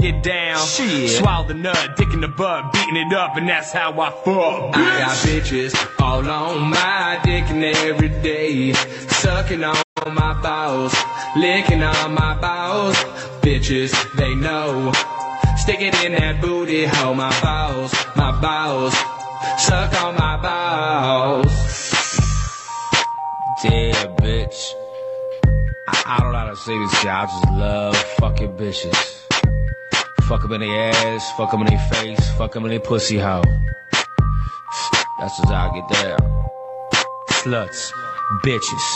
get down. Shit. Swallow the nut, dick in the bud, beating it up, and that's how I fuck. I got bitches all on my dick and every day. Sucking on my balls, licking on my balls. Bitches, they know. Stick it in that booty hole, my balls, my balls. Suck on my balls. Damn, bitch. I, I don't know how to say this shit. I just love fucking bitches. Fuck 'em in their ass, fuck 'em in their face, fuck 'em in their pussy hole. That's just how I get down. Sluts, bitches,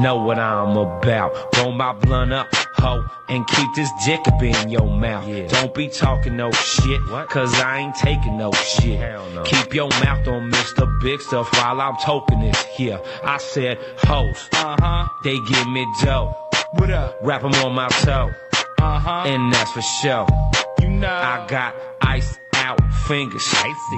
know what I'm about. Roll my blunt up, ho, and keep this dick up in your mouth. Don't be talking no shit, cause I ain't taking no shit. Keep your mouth on Mr. Big Stuff while I'm talking this here. I said, hoes, Uh huh, they give me dough. what up? Wrap 'em on my toe, Uh Uh-huh. huh, and that's for sure. you know. I got ice out fingers.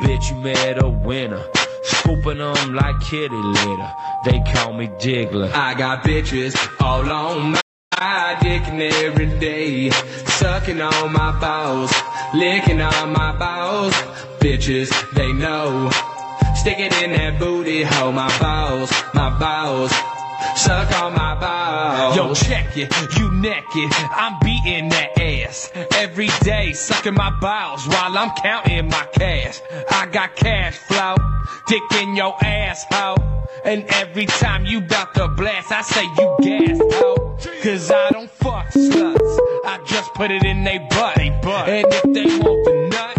Bitch, you met a winner. Scooping them like kitty litter. They call me Diggler. I got bitches all on my dick and every day. Sucking on my balls, licking on my balls. Bitches, they know. Stick it in that booty hole, my balls, my balls. Suck on my balls. Yo, check it, you naked. I'm beating that ass every day, sucking my bowels while I'm counting my cash. I got cash flow, dick in your ass, ho. And every time you bout to blast, I say you gas, ho. Cause I don't fuck sluts, I just put it in they butt. And if they want the nut,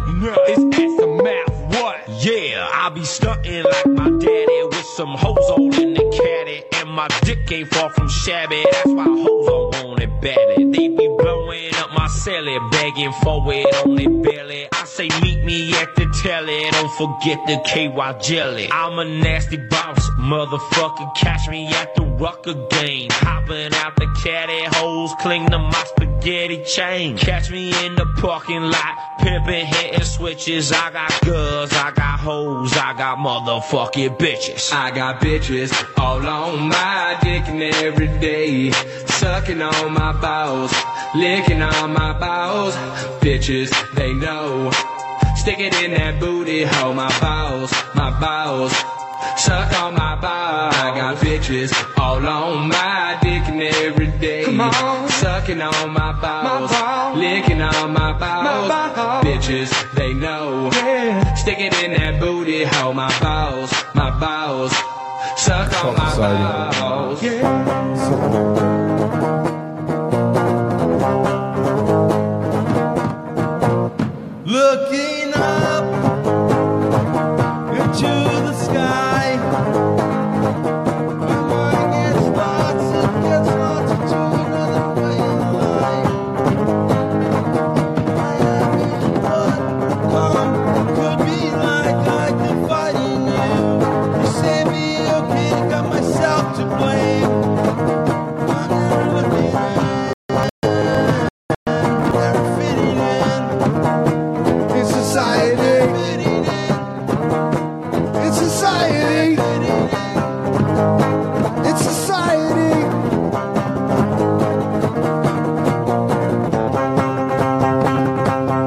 it's ass to mouth, what? Yeah, I be stunting like my daddy with some hoes all in the caddy. And my dick ain't far from shabby. That's why hoes all want it badly. They be blowing up my celly, begging for it on their belly. I say meet me at the telly. Don't forget the KY jelly. I'm a nasty boss, motherfucker. Catch me at the rucker game. Hopping out the caddy, hoes cling to my spaghetti chain. Catch me in the parking lot, pimping, hitting switches. I got girls, I got hoes, I got motherfucking bitches. I got bitches all on my dick and every day. Sucking on my balls, licking on my balls. Bitches, they know. Stick it in that booty hole, my balls, my balls. Suck on my balls. I got bitches all on my dick and every day. Come on. Sucking on my balls, balls. licking on my balls. balls. Bitches, they know. Stick it in that booty hole, my balls, my balls. Suck on my exciting. balls. Looking up into the sky. My mind gets lost, it gets lost into another way of life. I am in what come could be like I confide in you. You say me okay, got myself to blame. I'm never looking in, never fitting in in society. In society. In society.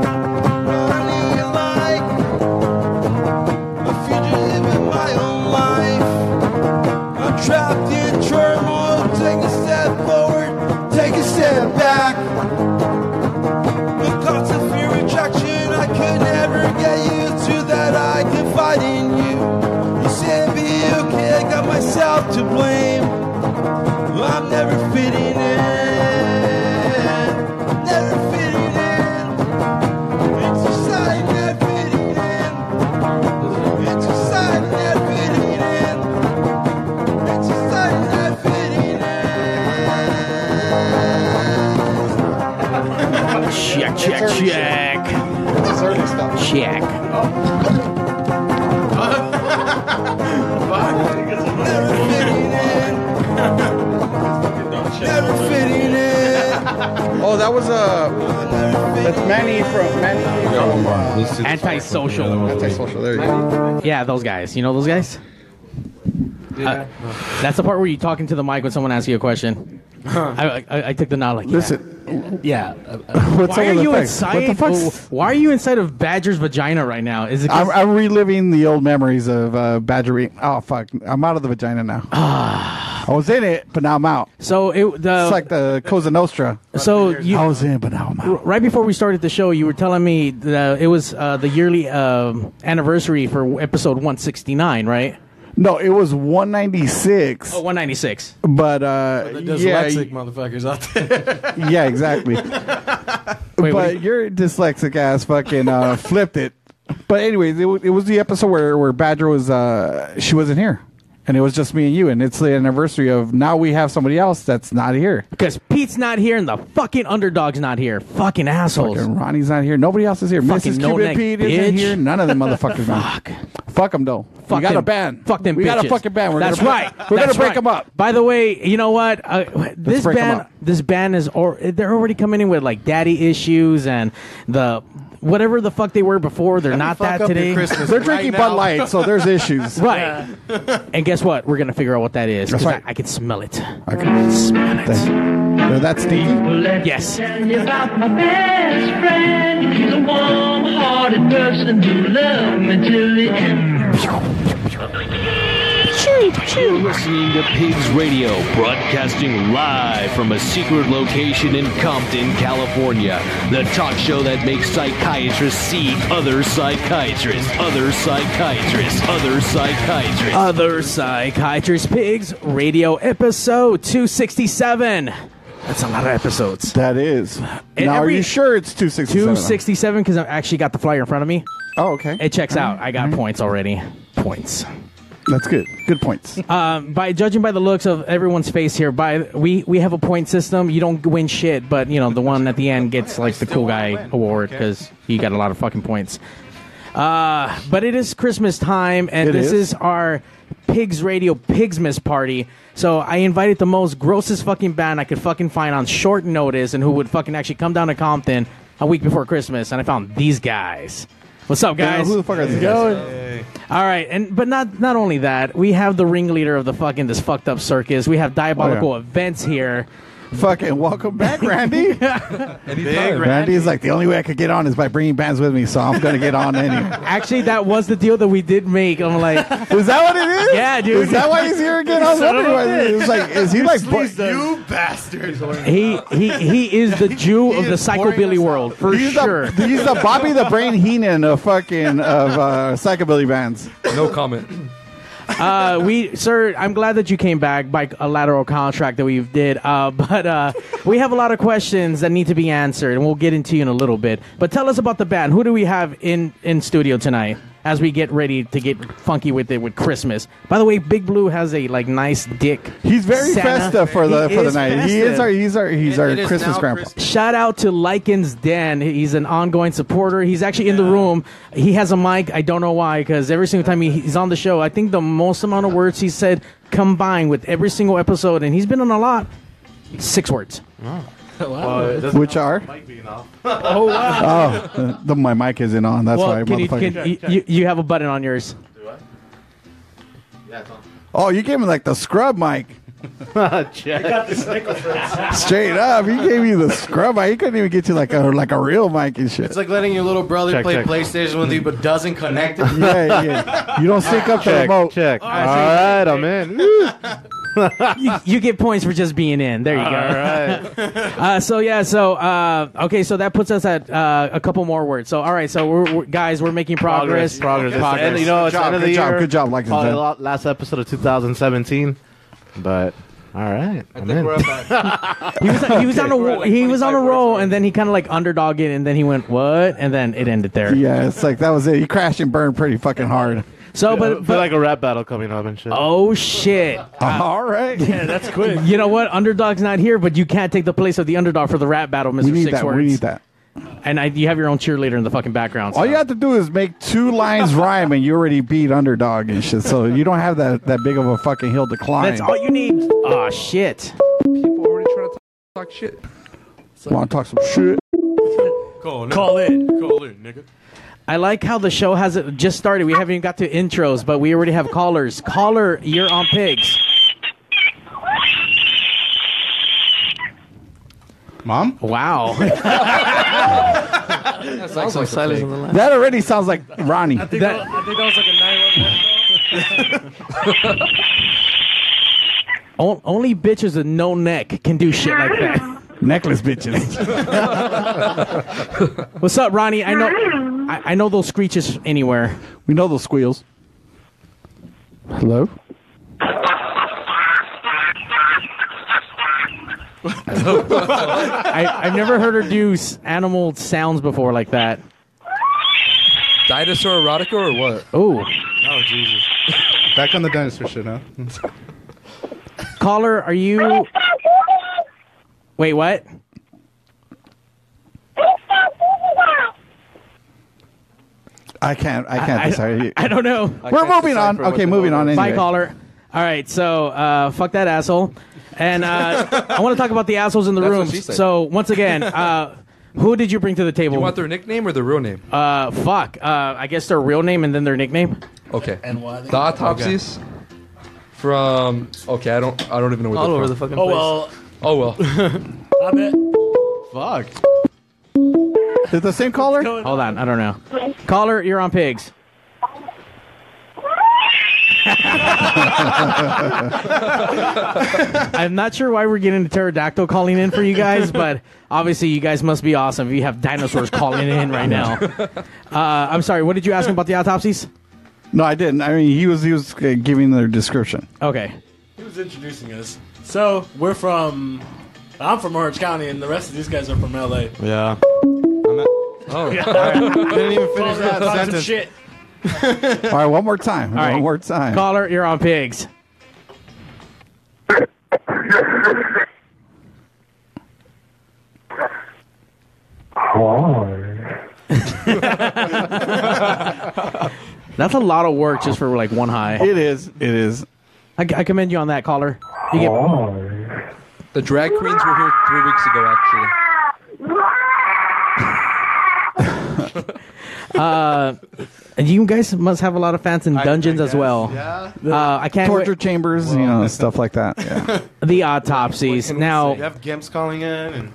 Running your life. A fugitive in my own life. I'm trapped in turmoil. Take a step forward. Take a step back. The thoughts of fear rejection, I could never get used to that. I confide in you. You said be okay, I got myself to blame. I'm never fitting in. Never fitting in. It's a sign that fitting in. It's a sign that fitting in. It's a sign that fitting in. Check, check, check. Check. Never fitting in. Never fitting in. Oh, that was uh, Never fitting that's Manny from Manny from uh, Antisocial. Antisocial. There you go. Yeah, those guys. You know those guys? Uh, that's the part where you're talking to the mic when someone asks you a question. I, I, I took the nod like, yeah. Listen, Yeah. Uh, What's why up are with the you thing? inside? What the fuck's- oh, why are you inside of Badger's vagina right now? Is it? 'cause- I'm, I'm reliving the old memories of uh, Badger. eating- Oh fuck! I'm out of the vagina now. I was in it, but now I'm out. Ah. so it the It's like the Cosa Nostra. so you I was in, but now I'm out. r- right before we started the show, you were telling me that it was uh, the yearly um, anniversary for episode 169, right? No, it was 196, Oh, 196. but uh, The yeah, dyslexic motherfuckers out there. yeah, exactly. Wait, what but did- your dyslexic ass fucking uh, flipped it. But anyways, it, wa- it was the episode where where Badger was uh, she wasn't here, and it was just me and you, and it's the anniversary of now we have somebody else that's not here. Because Pete's not here and the fucking underdog's not here. Fucking assholes. Fucking Ronnie's not here. Nobody else is here. Fucking Mrs. no Cupid neck Pete bitch. isn't here. None of them motherfuckers. Fuck. Fuck them though. Fuck we got a them- ban. Fuck them. We got bitches. a fucking ban. We're That's gonna, right. We're That's gonna break right. them up. By the way, you know what? Uh, this break 'em ban, up. this ban is, or they're already coming in with like daddy issues and the whatever the fuck they were before. They're not fuck that up your today. Christmas They're right drinking now. Bud Light, so there's issues. Right. and guess what? We're gonna figure out what that is. 'cause right. I, I can smell it. I can Smell it. Thank you. That's the Yes. tell you about my best friend. He's a warm-hearted person who loved me till the end. You're listening to Pigs Radio, broadcasting live from a secret location in Compton, California. The talk show that makes psychiatrists see other psychiatrists, other psychiatrists, other psychiatrists. Other Psychiatrist Pigs Radio episode 267. That's a lot of episodes. that is. And now, every- are you sure it's two sixty? 267 because I actually got the flyer in front of me. Oh, okay. Mm-hmm. It checks out. I got points already. Points. That's good. Good points. Um, by judging by the looks of everyone's face here, by we we have a point system. You don't win shit, but you know the one at the end gets like the cool guy award because he got a lot of fucking points. Uh, but it is Christmas time, and It this is. is. our Pigs Radio Pigsmas party. So I invited the most grossest fucking band I could fucking find on short notice, and who would fucking actually come down to Compton a week before Christmas, and I found these guys. What's up, Now, guys? who the fuck are these guys? All right, and but not not only that, we have the ringleader of the fucking this fucked up circus. We have diabolical Oh, yeah. events here. Fucking welcome back, Randy. Big Randy's like the only way I could get on is by bringing bands with me, so I'm gonna get on anyway. Actually, that was the deal that we did make. I'm like, Is that what it is? Yeah, dude. Is that why he's here again? I was Son of a wondering. why- It was like, is he like? Please bu- don't. You bastard. he he he is the Jew of the is pouring psychobilly us world for he's sure. The, he's the Bobby the Brain Heenan of fucking of uh, psychobilly bands. No comment. Uh, we, sir, I'm glad that you came back by a lateral contract that we did. Uh, but uh, we have a lot of questions that need to be answered, and we'll get into you in a little bit. But tell us about the band. Who do we have in in studio tonight? As we get ready to get funky with it with Christmas. By the way, Big Blue has a like nice dick. He's very Santa. festive for the He for the is night. He festive. is our he's our he's It- our it is Christmas now grandpa. Christmas. Shout out to Lycans Dan. He's an ongoing supporter. He's actually in the room. He has a mic. I don't know why, because every single time he, he's on the show, I think the most amount of words he said combined with every single episode, and he's been on a lot, six words. Oh, Uh, Which are? oh, wow. the, my mic isn't on. That's why. Well, can you, motherfucker. can, you, you, you have a button on yours. oh, you gave me like the scrub mic. Straight up, he gave you the scrub mic. He couldn't even get you like a like a real mic and shit. It's like letting your little brother play PlayStation with you, but doesn't connect it. yeah, yeah. You don't sync up the Check, remote. check. All right, I'm in. Woo. You, you get points for just being in. There you All go. right. Uh, so yeah, so uh, okay, so that puts us at uh, a couple more words. So all right, so we're, we're guys, we're making progress. Progress. It's the end- you know, Good it's the job, end of good the job, year. good job, like I Probably said. la- last episode of 2017, but all right, I'm in. He was, he was on a he was on a roll, and then he kind of like underdog it, and then he went what, and then it ended there. Yeah, it's like that was it. He crashed and burned pretty fucking hard. So, But, but, but like a rap battle coming up and shit. oh shit, All right. that's quick. You know what? Underdog's not here, but you can't take the place of the underdog for the rap battle, Mister We need Six that. Words. We need that. Oh, And I, you have your own cheerleader in the fucking background. All so- you have to do is make two lines rhyme, and you already beat underdog and shit. So you don't have that, that big of a fucking hill to climb. that's all you need. Oh shit. People already trying to talk shit. Want to talk some shit? Oh, Call it. Call it, nigga. I like how the show has it just started. We haven't even got to intros, but we already have callers. Caller, you're on pigs. Mom? Wow. That's like some silence on the line. That already sounds like Ronnie. I think That- that, I think that was like a 911 call. O- only bitches with no neck can do shit like that. Necklace bitches. What's up, Ronnie? I know I, I know those screeches anywhere. We know those squeals. Hello? I, I've never heard her do s- animal sounds before like that. Dinosaur erotica or what? Oh. Oh Jesus. Back on the dinosaur shit, huh? Caller, are you? Wait, what? I can't. I can't. I- decide. I don't know. I We're can't moving on. decipher what Okay, the moving hell on it is. Bye, anyway. caller. All right, so uh, fuck that asshole, and uh, I want to talk about the assholes in the That's room. what she said. So once again, uh, who did you bring to the table? You want their nickname or their real name? Uh, fuck. Uh, I guess their real name and then their nickname. Okay. And why? The autopsies from. Okay, I don't. I don't even know where. All they're over from. the fucking Oh place. well. Oh well. I bet. Fuck. Is it the same caller? Hold on, I don't know. Caller, you're on pigs. I'm not sure why we're getting a pterodactyl calling in for you guys, but obviously you guys must be awesome if you have dinosaurs calling in right now. Uh, I'm sorry, what did you ask him about the autopsies? No, I didn't. I mean, he was he was uh, giving their description. Okay. He was introducing us. So we're from. I'm from Orange County, and the rest of these guys are from LA. Yeah. Oh, didn't even finish Oh, Fuck, that fuck some sentence. shit. All right, one more time. All right. One more time. Caller, you're on pigs. That's a lot of work just for like one high. It is. It is. I, I commend you on that, caller. You get- The drag queens were here three weeks ago, actually. uh, and you guys must have a lot of fans in dungeons as well. yeah. Uh, I can't Torture chambers, you know, stuff like that. Yeah. the autopsies. now, you have Gimps calling in,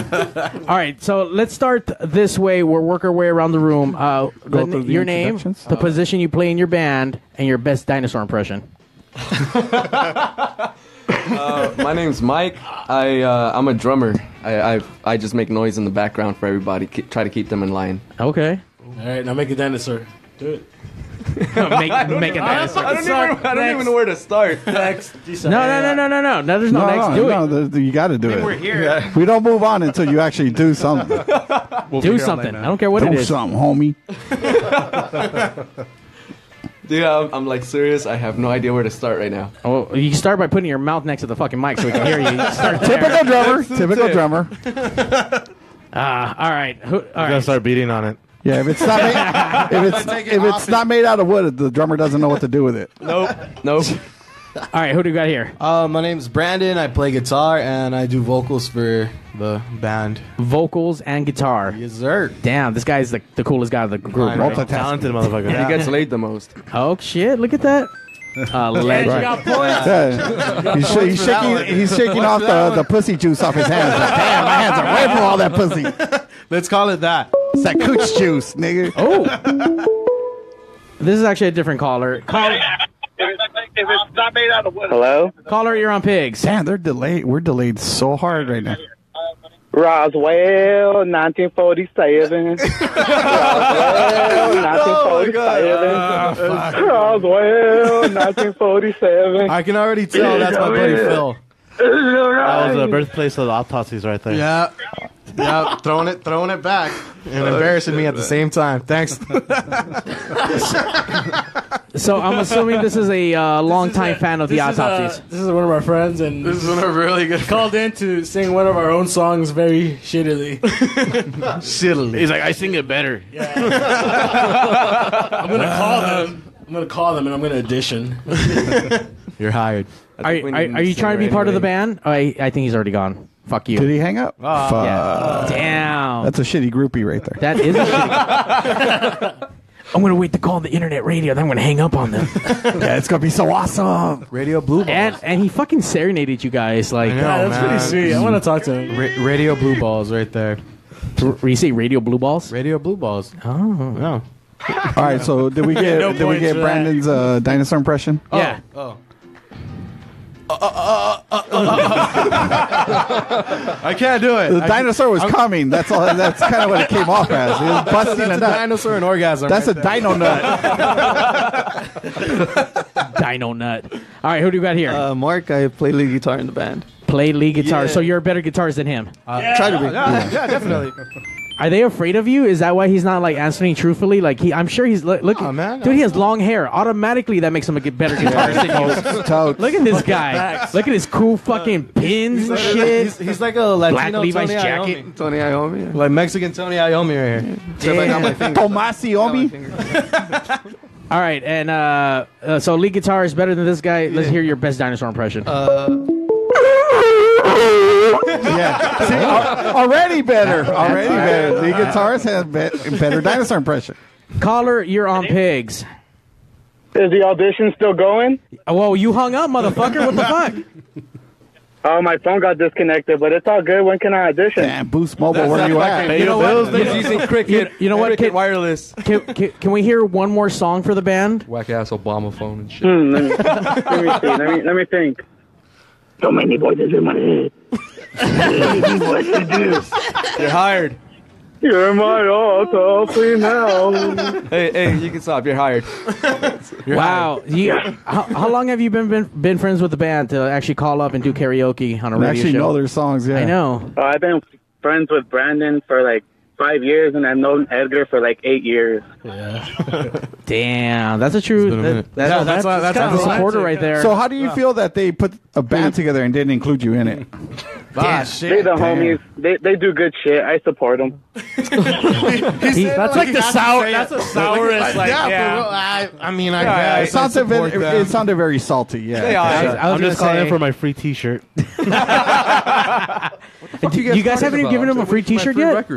and all right. So let's start this way. We'll work our way around the room. Uh, Go the- through the your name, introductions? the position you play in your band, and your best dinosaur impression. Uh, my name's Mike. I uh, I'm a drummer. I, I I just make noise in the background for everybody. Keep, try to keep them in line. Okay. All right, now make a dinosaur. Do it. I don't make a know. dinosaur. I don't even- I don't even know where to start. Next. No, no, no, no, no, no. No, there's no, No, next. no, Do it. no, the- the- you got to do think it. we're here. Yeah. We don't move on until you actually do something. do something. I don't care what do it is. something, homie. Dude, I'm, I'm like serious. I have no idea where to start right now. Oh, you start by putting your mouth next to the fucking mic so we can hear you. You Start there. Typical drummer. Typical drummer. Ah, all right. Who, all gotta right. start beating on it. Yeah, if it's not made, if it's if it's not made out of wood, the drummer doesn't know what to do with it. Nope. nope. All right, who do you got here? Uh, my name's Brandon. I play guitar and I do vocals for the band. Vocals and guitar. Yes, sir. Damn, this guy's the, the coolest guy of the group. I know. Multi-talented motherfucker. He gets laid the most. Oh shit! Look at that. Uh, legend. you got points. Yeah. Got He's, points sh- he's for that shaking. one. He's shaking Points off for that the, the pussy juice off his hands. Like, Damn, my hands are red from all that pussy. Let's call it that. It's that cooch juice, nigga. Oh. This is actually a different caller. Call- Hello? Caller, you're on pigs. Damn, they're delayed. We're delayed so hard right now. Roswell, 1947. Roswell, 1947. Roswell, 1947. I can already tell that's my buddy Phil. That was the That birthplace of the autopsies right there. Yeah. Yeah, throwing it, throwing it back, Uh, and embarrassing me at the same time. Thanks. So I'm assuming this is a uh, longtime fan of the This is, uh, autopsies. this is one of our friends, and This is one of our really good. Called in to sing one of our own songs very shittily. Shittily. He's like, I sing it better. I'm gonna call them. I'm gonna call them, and I'm gonna audition. You're hired. Are you, are, are you trying to be part of the band? Oh, I, I think he's already gone. Fuck you. Did he hang up? Yeah. Damn. That's a shitty groupie right there. That is a shitty. I'm gonna wait to call the internet radio. Then I'm gonna hang up on them. yeah, it's gonna be so awesome. Radio Blue Balls. And, and he fucking serenaded you guys. Like, Yeah, that's pretty sweet. I wanna talk to him. Ra- radio Blue Balls right there. You say Radio Blue Balls? Radio Blue Balls. Oh. No. All right, so did we get did we get Brandon's uh, dinosaur impression? Yeah. Oh. oh. Uh, I can't do it. The I- dinosaur was coming. That's all. That's kind of what it came off as. He was busting That's a, a nut. dinosaur and orgasm That's right a there. dino nut. Dino Nut. All right, who do you got here? Uh, Mark, I play lead guitar in the band. Play lead guitar. Yeah. So you're a better guitarist than him. Try to be. yeah, definitely. Are they afraid of you? Is that why he's not like answering truthfully? Like he, I'm sure he's look. look dude, he has long hair. Automatically, that makes him a good- better guitarist. than you. Look at this guy. Look at his cool fucking pins and shit. He's, he's like a Latino Black Levi's Tony jacket. Iommi. Tony Iommi. Like Mexican Tony Iommi right here. Except I got my finger. Tomás Iommi. All right, and uh, uh, so lead guitar is better than this guy. Let's hear your best dinosaur impression. yeah. See, al- already better. Already better. The guitarist had be- better dinosaur impression. Caller, you're on pigs. Uh, Is the audition still going? Whoa, you hung up, motherfucker. What the fuck? Oh, my phone got disconnected, but it's all good. When can I audition? Damn, Boost Mobile, where you at? You know what? You know- using You, you know what? Can, wireless. Can, can, can we hear one more song for the band? Whack ass Obama phone and shit. Hmm, let, me, let me see. Let me, let me think. So many voices in my head. what to do. You're hired. You're my autopsy now. Hey, hey, you can stop. You're hired. wow. You, how, how long have you been, been been friends with the band to actually call up and do karaoke on a And radio actually show? know their songs. Yeah. I know. Uh, I've been friends with Brandon for like five years, and I've known Edgar for like eight years. Damn, that's a true. that- that's, Yeah, that's that's, a- that's a a supporter romantic. right there. So how do you feel that they put a band together and didn't include you in it? Ah, Yeah. They the homies. They they do good shit. I support them. that's like the sour- that's the sourest, like, yeah, for yeah. real, I, I mean, I Yeah, guess. it, sounded I very, support them. it sounded very salty. Yeah. They are. Yeah. I'm just calling in for my free T-shirt. Do you guys, haven't even given him a free T-shirt yet.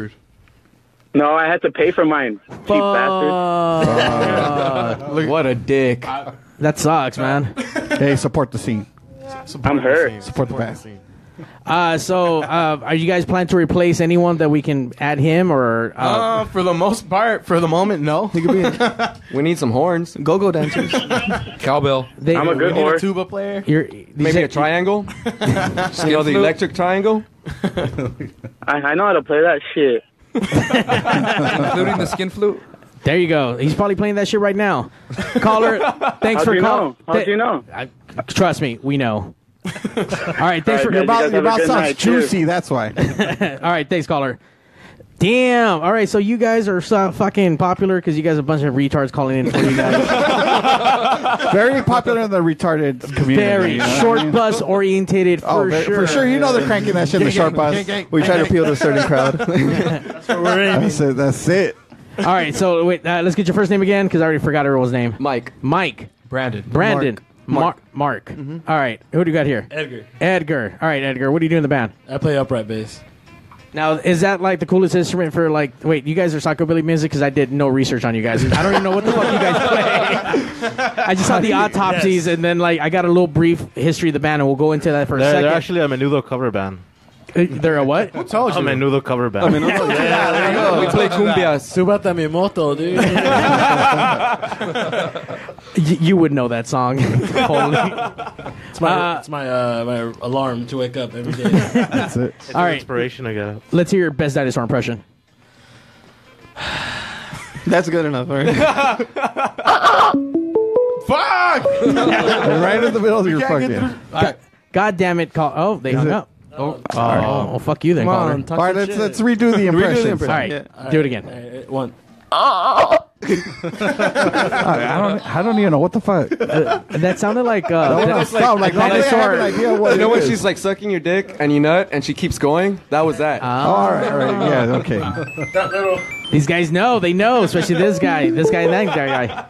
No, I had to pay for mine. Cheap bastard. what a dick. That sucks, man. Hey, support the scene. I'm hurt. Support the band. Uh, so, uh, are you guys planning to replace anyone that we can add him or? Uh, Uh, for the most part, for the moment, no. He could be. we need some horns. Go-go dancers. Cowbell. They- I'm a good we need a whore. tuba player. you're, Maybe a triangle. you know the electric triangle. I, I know how to play that shit. Including the skin flute. There you go. He's probably playing that shit right now. Caller, thanks How'd for you calling. know? How'd you know? Trust me, we know. All right, thanks All right, for guys, you guys have a good night. Cheers. juicy. That's why. All right, thanks, caller. Damn. All right, so you guys are so fucking popular because you guys are a bunch of retards calling in for you guys. very popular in the retarded community. Very you know what I short mean? bus oriented for Oh, very- sure. for sure. You know they're cranking that shit in the short bus. We try to appeal to a certain crowd. that's what we're in. That's it. That's it. All right, so wait, uh, let's get your first name again because I already forgot everyone's name. Mike. Mike. Brandon. Brandon. Mark. Mark. Mark. All right, who do you got here? Edgar. Edgar. All right, Edgar. What do you do in the band? I play upright bass. Now, is that like the coolest instrument for like? Wait, you guys are psychobilly music because I did no research on you guys. I don't even know what the fuck you guys play. I just saw the autopsies and then like I got a little brief history of the band and we'll go into that for a They're, 2nd they're actually a Menudo cover band. They're a what? Uh, Who told you? A Menudo cover band. We play cumbia. Subata mi moto, dude. Y- you would know that song. Holy. It's my it's my uh, my alarm to wake up every day. That's it. It's All an right. inspiration I got. Let's hear your best dinosaur impression. That's good enough. All right. Fuck! right in the middle of your fucking. God, God damn it! Call. Oh, they hung it- up. Oh, oh, well, fuck you then, caller. All right, let's, let's redo the impression. All right, do it again. One. I, I don't. I don't even know what the fuck. that sounded like uh, that was sound like dinosaur. idea what you know it when is. she's like sucking your dick and you nut and she keeps going? That was that. all right, all right, yeah, okay. These guys know. They know, especially this guy. This guy and that guy.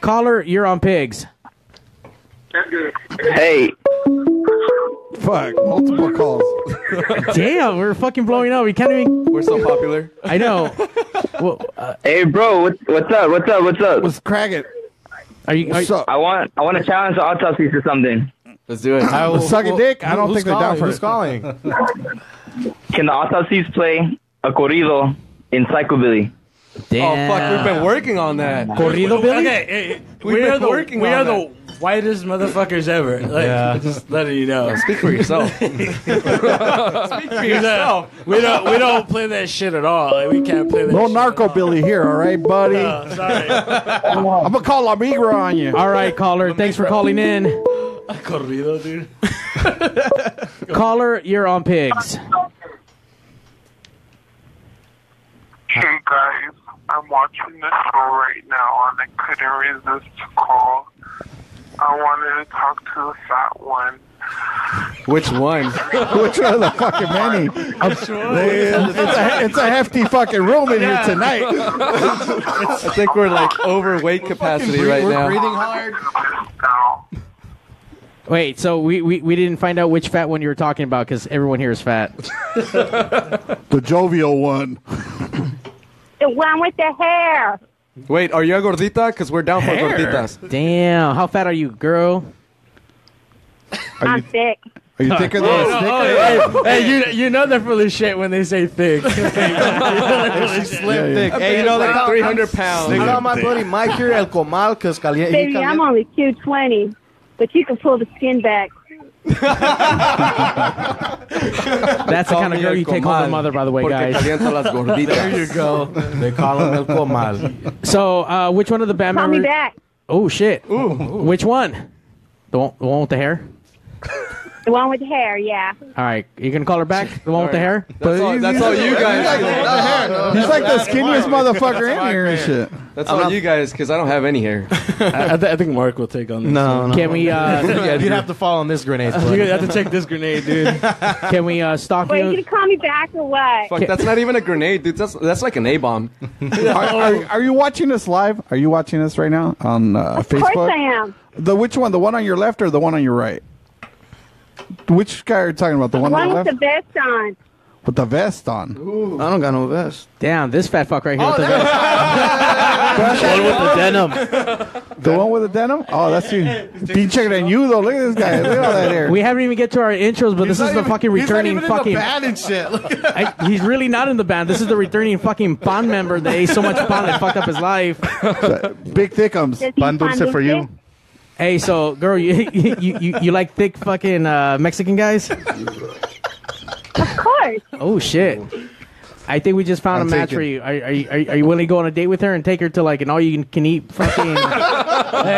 Caller, you're on pigs. Hey. Fuck, multiple calls. Damn, we're fucking blowing up. We can't even. We're so popular. I know. Uh, hey, bro, what's, what's up? What's up? What's up? What's cracking? Are you? What's up? I want I want to challenge the autopsy to something. Let's do it. Suck a dick. I don't who's think they're down calling? for Who's it. calling? Can the autopsies play a corrido in psychobilly? Oh fuck, we've been working on that. Okay, eh, eh, We've we been are the working we on are that. the whitest motherfuckers ever. Like, Yeah. just letting you know. Speak for yourself. Speak for yourself. we don't we don't play that shit at all. Like, we can't play that. No narco billy here, all right, buddy. No, sorry. I'm gonna call Amigra on you. All right, caller. Thanks for calling in. Corrido, dude. Caller, you're on pigs. Hey guys, I'm watching the show right now and I couldn't resist to call. I wanted to talk to the fat one. Which one? Which one of the fucking many? Which one? It's a, it's a hefty fucking room in Yeah. here tonight. It's- I think we're like overweight capacity right now. hard. Wait, so we, we, we didn't find out which fat one you were talking about because everyone here is fat. the jovial one. The one with the hair. Wait, are you a gordita? Because we're down for Hair? gorditas. Damn, how fat are you, girl? I'm thick. Are you thicker thinking than a this? snicker? Oh, hey, hey, you you know they're full of shit when they say thick. Slim thick. Hey, you know, like 300 pounds. They call my Thick. buddy Mike here El Comal because caliente. Baby, I'm only 220, but you can pull the skin back. That's the kind of girl you take home the mother, by the way, guys. There you go. They call him El Comal. So, uh, which one of the band Call me members? back. Oh shit! Which one? The one, the one with the hair. The one with the hair, yeah. All right, you can call her back. The one with the hair. That's all, that's all you guys. He's like the skinniest motherfucker in here and shit. That's Oh, all you guys, because I don't have any hair. I, I, th- I think Mark will take on this. No, one. no. Can we, uh, You'd have to fall on this grenade. You're gonna have to take this grenade, dude. Can we uh, stalk Wait, you gonna call me back or what? Fuck, that's not even a grenade, dude. That's that's like an A bomb. Are, are- are you watching us live? Are you watching us right now on uh, Of Facebook? course I am. The which one? The one on your left or the one on your right? Which guy are you talking about? The The one on one the with left the vest on. with the vest on. Oh, I don't got no vest. Damn, this fat fuck right here. with the One with the denim. The one with the denim? Oh, that's you. Pinche greñudo. Look at this guy. Look at all that hair. We haven't even get to our intros, but this not is the even- fucking he's not returning even in the fucking. band and shit. I- he's really not in the band. This is the returning fucking Pond member that ate so much Pond that fucked up his life. Big thickums. Pan dulce for you. Hey, so girl, you you, you, you, you like thick fucking uh, Mexican guys? Of course. Oh shit! I think we just found I'm a match taken. for you. Are, are you. are you- are you willing to go on a date with her and take her to like an all you can eat fucking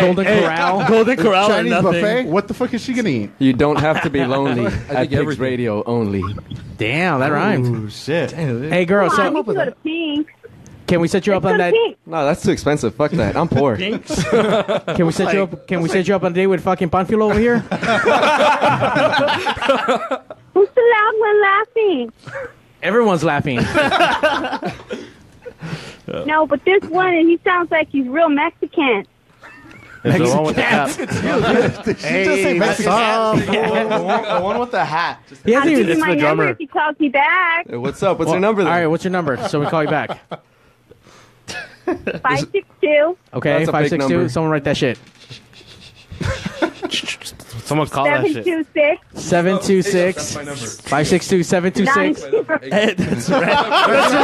Golden hey, Corral? Golden Corral or Chinese nothing. buffet? What the fuck is she gonna eat? You don't have to be lonely I at think Pigs everything. Radio only. Damn, that Ooh, rhymes. shit. Hey girl, Come on, you so can go to pink. can we set you up on that? No, Oh, that's too expensive. Fuck that. I'm poor. Can we set you up? Can we set you up on a date with fucking Panfilo over here? Who's the loud one laughing? Everyone's laughing. No, but this one, and he sounds like he's real Mexican. It's the one with the cap. say Mexican? the, one, the one with the hat. He hasn't I'll give even- you it's my the number drummer. if he calls me back. what's up? Well, All right, what's your number? So we call you back. Five six two. Okay, That's a five big six two. number. Someone write that shit. Someone call that Seven shit. two six. Seven two six. Five six two seven two six. That's Randy's number. That's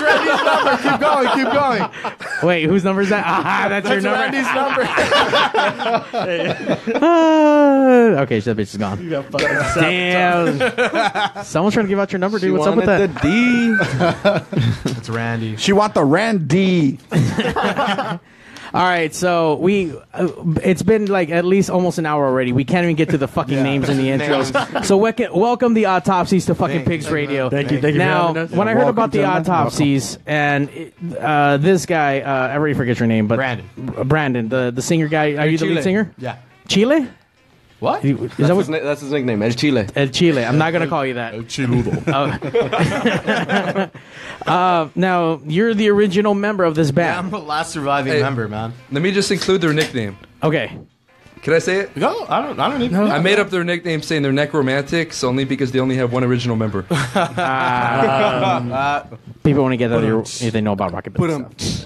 Randy's number. Keep going. Keep going. Wait, whose number is that? Aha, that's, your number. Ah, okay, so that bitch is gone. Damn. Someone's trying to give out your number, dude. She What's up with wanted that? The D. it's Randy. She want the Randy. All right, so we uh, it's been like at least almost an hour already. We can't even get to the fucking names in the intros. Names. so welcome, welcome the autopsies to fucking Thanks. Pigs Radio. Thank you, thank you for Now, having us. when I heard Welcome, about the gentlemen. autopsies and uh, this guy, uh, I already forget your name, but Brandon, Brandon, the the singer guy. Are you the lead Chile. singer? Yeah. Chile. What? Is That's, that his, ni- that's his nickname, El Chile. El Chile. I'm not gonna call you that. El Chiludo. uh, now you're the original member of this band. I'm the last surviving member, man. Let me just include their nickname. Okay. Can I say it? No, I don't. I don't even. I made up their nickname saying Ah. they're necromantics only because they only have one original member. Um, People want to get out of your Ba-dum-ts. if they know about rockabilly.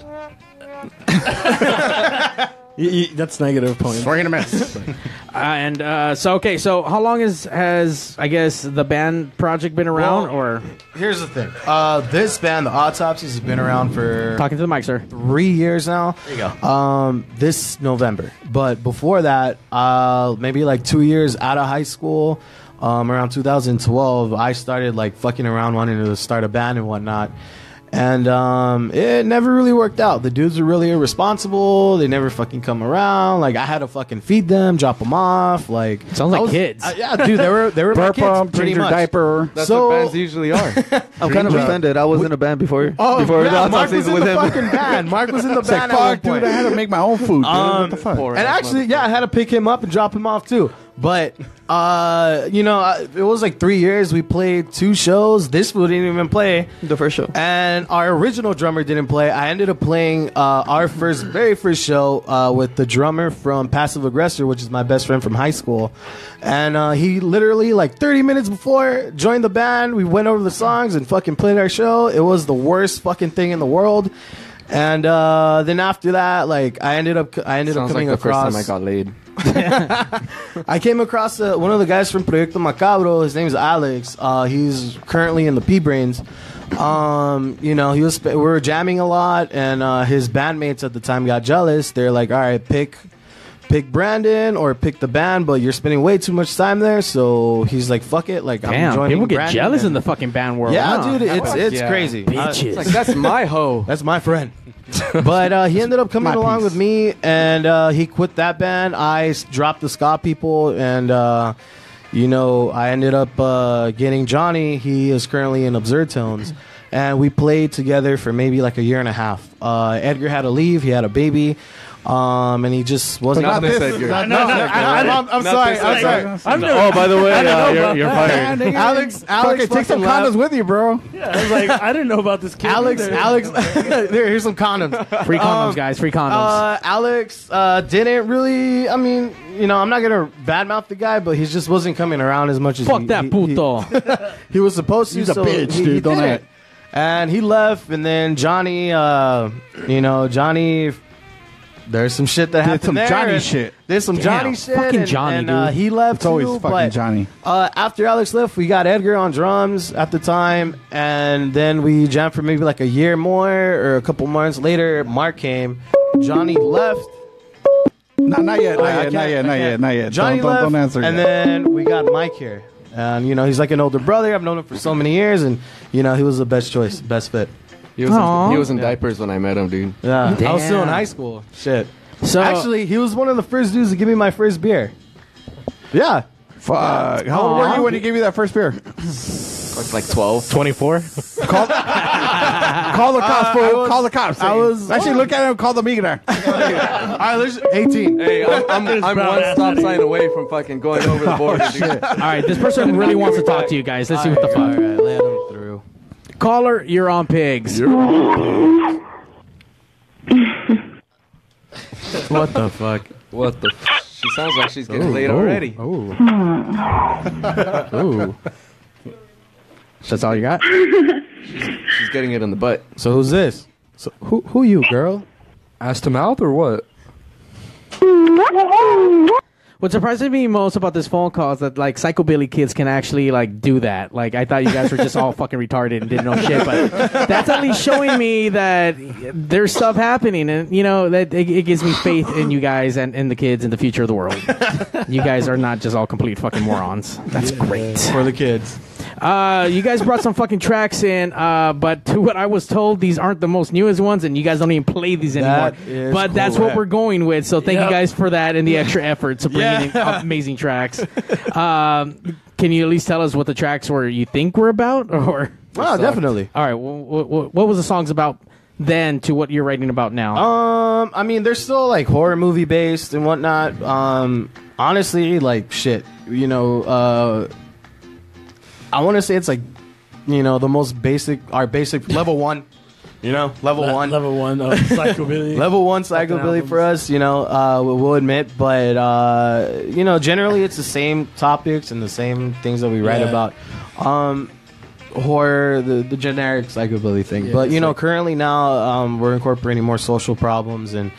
Put 'em- You- you- that's negative points. Swing and a miss. Uh, and uh, so okay, so how long is has I guess the band project been around Well, or Here's the thing. Uh, this band, the Autopsies, has been around for talking to the mic, sir. Three years now. There you go. Um, this November, but before that, uh, maybe like two years out of high school, um, around 2012, I started like fucking around, wanting to start a band and whatnot. And um, it never really worked out. The dudes were really irresponsible. They never fucking come around. Like I had to fucking feed them, drop them off. Like sounds like kids. yeah, dude, they were they were my Burp kids, 'em, pretty change your much. diaper. That's so, what bands usually are. I'm kind of Dream job. offended. I was in a band before. Oh, before yeah, the Mark autopsy was in with the him. fucking band. Mark was in the It's like, band. at one fuck, dude, point. I had to make my own food. dude. What Um, the fuck? And actually, yeah, I had to pick him up and drop him off too. But uh, you know, I, it was like three years. We played two shows. This fool didn't even play the first show, and our original drummer didn't play. I ended up playing uh, our first, very first show uh, with the drummer from Passive Aggressor, which is my best friend from high school. And uh, he literally like 30 minutes before joined the band. We went over the songs and fucking played our show. It was the worst fucking thing in the world. And uh, then after that, like I ended up, I ended Sounds up like coming the across. first time I got laid. I came across uh, one of the guys from Proyecto Macabro. His name is Alex. Uh, he's currently in the P Brains. Um, you know, he was we were jamming a lot, and uh, his bandmates at the time got jealous. They're like, "All right, pick." Pick Brandon or pick the band, but you're spending way too much time there. So he's like, "Fuck it!" Like, I'm Damn, joining people get Brandon jealous and- in the fucking band world. yeah, huh? dude, it's Fuck it's yeah. crazy. Bitches. hoe. That's my friend. but uh, he ended up coming My along with me, and uh, he quit that band. I s- dropped the ska people, and uh, you know, I ended up uh, getting Johnny. He is currently in Absurd Tones, and we played together for maybe like a year and a half. Uh, Edgar had to leave; he had a baby. Um, and he just wasn't. not this Edgar. not- No, no, no, I- I- I'm- I'm Not sorry. this I'm Edgar. sorry. I've never- Oh, by the way, I don't uh, know you're- about you're that. fired. nigga. Alex, Alex, Fuck it, take some fucking condoms left. with you, bro. Yeah, I was like, I didn't know about this kid. Alex, either. Alex, there, here's some condoms. Free condoms, Um, guys. Free condoms. Uh, Alex uh, didn't really. I mean, you know, I'm not gonna badmouth the guy, but he just wasn't coming around as much as Fuck he, that he- puto. He, he was supposed to. He's a so bitch, he- he dude. Don't didn't. act. And he left, and then Johnny, uh, you know, Johnny. There's some shit that happened some there, Johnny and shit. There's some Damn, Johnny shit. fucking and- Johnny, and, uh, dude. he left. It's always too, fucking but, Johnny. uh, after Alex left, we got Edgar on drums at the time, and then we jammed for maybe like a year more or a couple months later. Mark came, Johnny left. Not, not yet, I- I not yet, not can't- yet, I not yet, can't. not yet. Johnny Don't, don't, left, don't answer and yet. then we got Mike here, and you know he's like an older brother. I've known him for so many years, and you know he was the best choice, best fit. He was, in, Aw. he was in Yeah. diapers when I met him, dude. Yeah, I was still in high school. Shit. So- actually, he was one of the first dudes to give me my first beer. Yeah. Fuck. How old were you when he gave you that first beer? Looks like 12. 24. Call the cops, fool. call the cops. I I was- was actually look at him. Call the meager. I was 18. Hey, I'm, I'm, I'm one stop sign away from fucking going over the border, dude. Oh, All right, this person really wants to talk to you guys. Let's see what the fuck. let him through. Caller, you're on pigs. what the fuck? What the? F- she sounds like she's getting Ooh, laid ooh, already. ooh. Hmm. Ooh. That's all you got? She's getting it in the butt. So who's this? So who who you, girl? Ass to mouth or what? What surprises me most about this phone call is that like psychobilly kids can actually like do that. Like I thought you guys were just all fucking retarded and didn't know shit, but that's at least showing me that there's stuff happening, and you know that it, it gives me faith in you guys and in the kids and the future of the world. you guys are not just all complete fucking morons. That's great for the kids. Uh, you guys brought some fucking tracks in, uh, but to what I was told, these aren't the most newest ones, and you guys don't even play these anymore. That is but that's what correct. we're going with. So thank Yep. you guys for that and the extra effort to bring Yeah. in amazing tracks. Um, can you at least tell us what the tracks were you think were about? Or Oh, definitely. All right. What, what, what was the songs about then to what you're writing about now? Um, I mean, they're still like horror movie based and whatnot. Um, honestly, like shit, you know, uh, I want to say it's like, you know, the most basic, our basic level one, you know, level Le- one, level one of psychobilly. level one psychobilly for us, you know, uh, we- we'll admit, but uh, you know, generally it's the same topics and the same things that we write Yeah. about. Um, horror, the, the generic psychobilly thing. Yeah, but you it's know, like- currently now um, we're incorporating more social problems and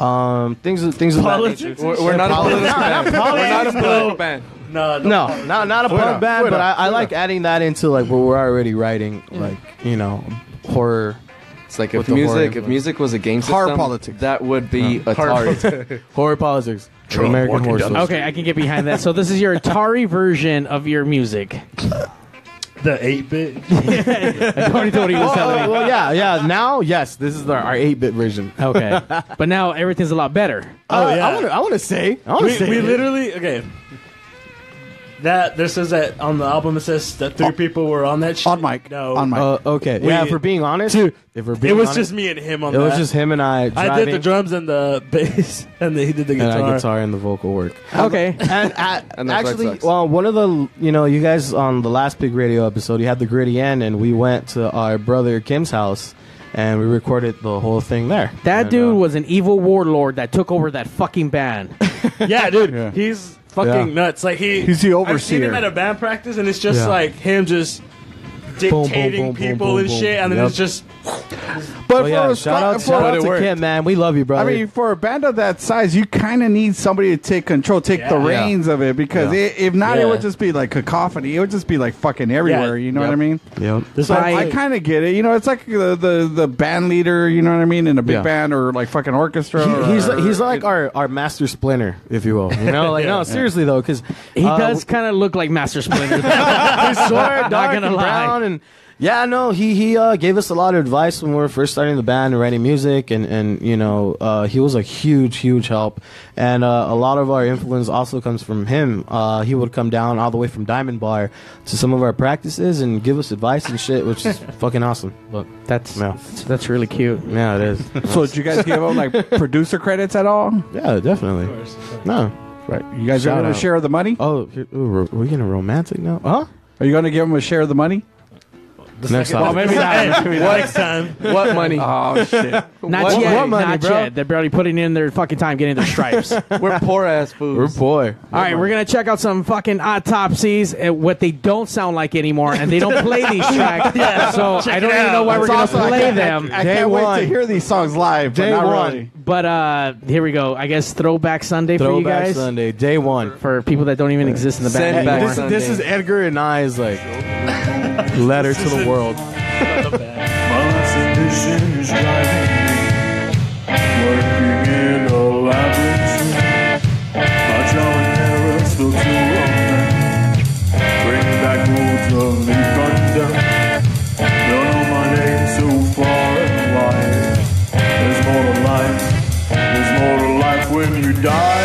um, things things of that nature. Politics? We're- we're not a political No, band. not We're not a politics, political no. band. No, don't no, politics. not not a Fuera, punk band, but I, I fuera, like fuera. adding that into like what we're already writing, like you know, horror. It's like if music, if music was a game system, Horror politics. that would be No. Horror Atari. politics. horror politics. American Horror Story. Okay, I can get behind that. So this is your Atari version of your music. The eight bit. According to what he was Oh, Well, telling me. well, yeah, yeah. Now, yes, this is our eight bit version. Okay, but now everything's a lot better. Oh yeah, I want to. I want to say. I want we, to say. we it. literally okay. That there says that on the album it says that three people were on that. Shit. On mic. No. On my. Uh, okay. We- yeah. If we're being honest, if we're being it was honest- just me and him on It was that. just him and I. Driving, I did the drums and the bass, and then he did the and guitar. I guitar and the vocal work. Okay. And, I, And the Red actually, Sox. well, one of the you know you guys on the last big radio episode, you had the gritty end, and we went to our brother Kim's house, and we recorded the whole thing there. uh, That dude was an evil warlord that took over that fucking band. yeah, dude, he's fucking Yeah. nuts. Like he, He's the I've seen him overseer. at a band practice, and it's just Yeah. like him just dictating boom, boom, boom, people boom, and boom. shit, and then Yep. it's just. Oh, But for yeah, a shout squ- out, for shout a- out to Kim, man. We love you, brother. I mean, for a band of that size, you kind of need somebody to take control, take the Yeah. reins of it, because Yeah. i if not, Yeah. it would just be like cacophony. It would just be like fucking everywhere. You know what I Yep. mean? Yep. So I, kind of get it. You know, it's like the, the the band leader. You know what I mean? In a big Yeah. band or like fucking orchestra. He- he's or- he's like our, our master splinter, if you will. You know, like Yeah. no, seriously though, because He does kind of look like Master Splinter. Uh, He's short, Not dark, gonna and lie. brown, and yeah, no, he he uh, gave us a lot of advice when we were first starting the band and writing music, and and you know, uh, he was a huge, huge help, and uh, a lot of our influence also comes from him. Uh, he would come down all the way from Diamond Bar to some of our practices and give us advice and shit, which is fucking awesome. Look, that's yeah. that's really cute. Yeah, it is. So did you guys give out like producer credits at all? Yeah, definitely. No. Right. You guys are going to share of the money? Oh, here- ooh, we're- are we getting romantic now? Huh? Are you going to give them a share of the money? Next time. Well, maybe not. Maybe not. What money? Oh shit! Not What- yet. what money, not bro? yet. They're barely putting in their fucking time getting their stripes. All We're poor ass fools. Boy. right, we're gonna check out some fucking autopsies at what they don't sound like anymore, and they don't play these tracks. Yeah. so Check I don't it even out. know why we're That's gonna awesome. I play can't- them. I- I Day can't wait to one. hear these songs live, but Day not one. really. But uh, here we go. I guess Throwback Sunday for you Throwback guys. Sunday, day one for people that don't even exist in the band Send back anymore. this, this is Edgar and I's like letter to the world. Months of vision is driving me, working in a labyrinth. My drawing arrows still to open. Bring back moods of thunder. Don't know my name so far and wide. There's more to life. There's more to life when you die.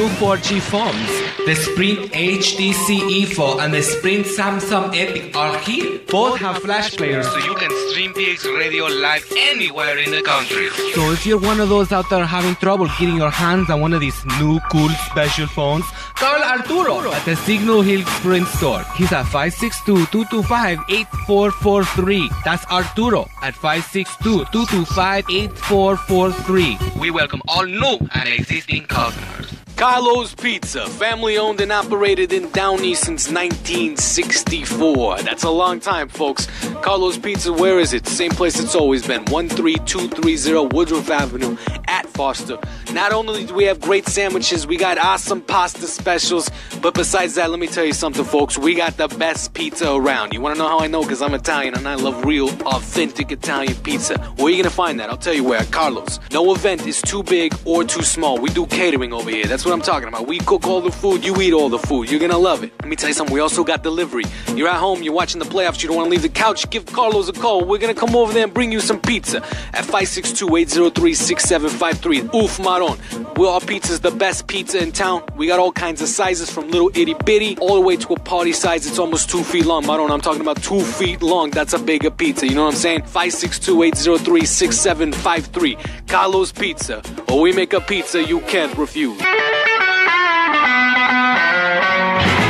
U4G phones. The Sprint HTC E4 E and the Sprint Samsung Epic are here. Both have flash players so you can stream PX Radio live anywhere in the country. So if you're one of those out there having trouble getting your hands on one of these new cool special phones, call Arturo at the Signal Hill Sprint store. He's at 562-225-8443. That's Arturo at 562-225-8443. We welcome all new and existing customers. Carlos Pizza, family owned and operated in Downey since 1964. That's a long time, folks. Carlos Pizza, where is it? Same place it's always been 13230 Woodruff Avenue at Foster. Not only do we have great sandwiches, we got awesome pasta specials, but besides that, let me tell you something, folks. We got the best pizza around. You want to know how I know? Because I'm Italian and I love real, authentic Italian pizza. Where are you going to find that? I'll tell you where. Carlos. No event is too big or too small. We do catering over here. That's what I'm talking about. We cook all the food, you eat all the food. You're going to love it. Let me tell you something. We also got delivery. You're at home, you're watching the playoffs, you don't want to leave the couch. Give Carlos a call. We're going to come over there and bring you some pizza at 562 803 6753. Oof Maron. Well, our pizza's the best pizza in town. We got all kinds of sizes from little itty bitty all the way to a party size. It's almost two feet long. Maron, I'm talking about two feet long. That's a bigger pizza. You know what I'm saying? 562 803 6753. Carlos Pizza. Or we make a pizza you can't refuse.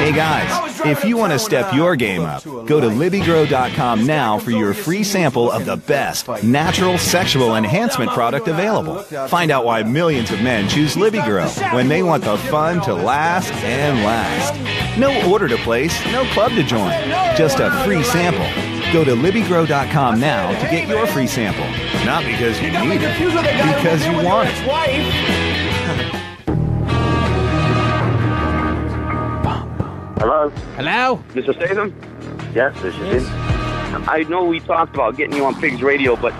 Hey guys, if you want to step your game up, go to LibbyGrow.com now for your free sample of the best natural sexual enhancement product available. Find out why millions of men choose Libby Grow when they want the fun to last and last. No order to place, no club to join, just a free sample. Go to LibbyGrow.com now to get your free sample. Not because you need it, because you want it. Hello? Hello? Mr. Statham? Yes, this is it. I know we talked about getting you on Pigs Radio, but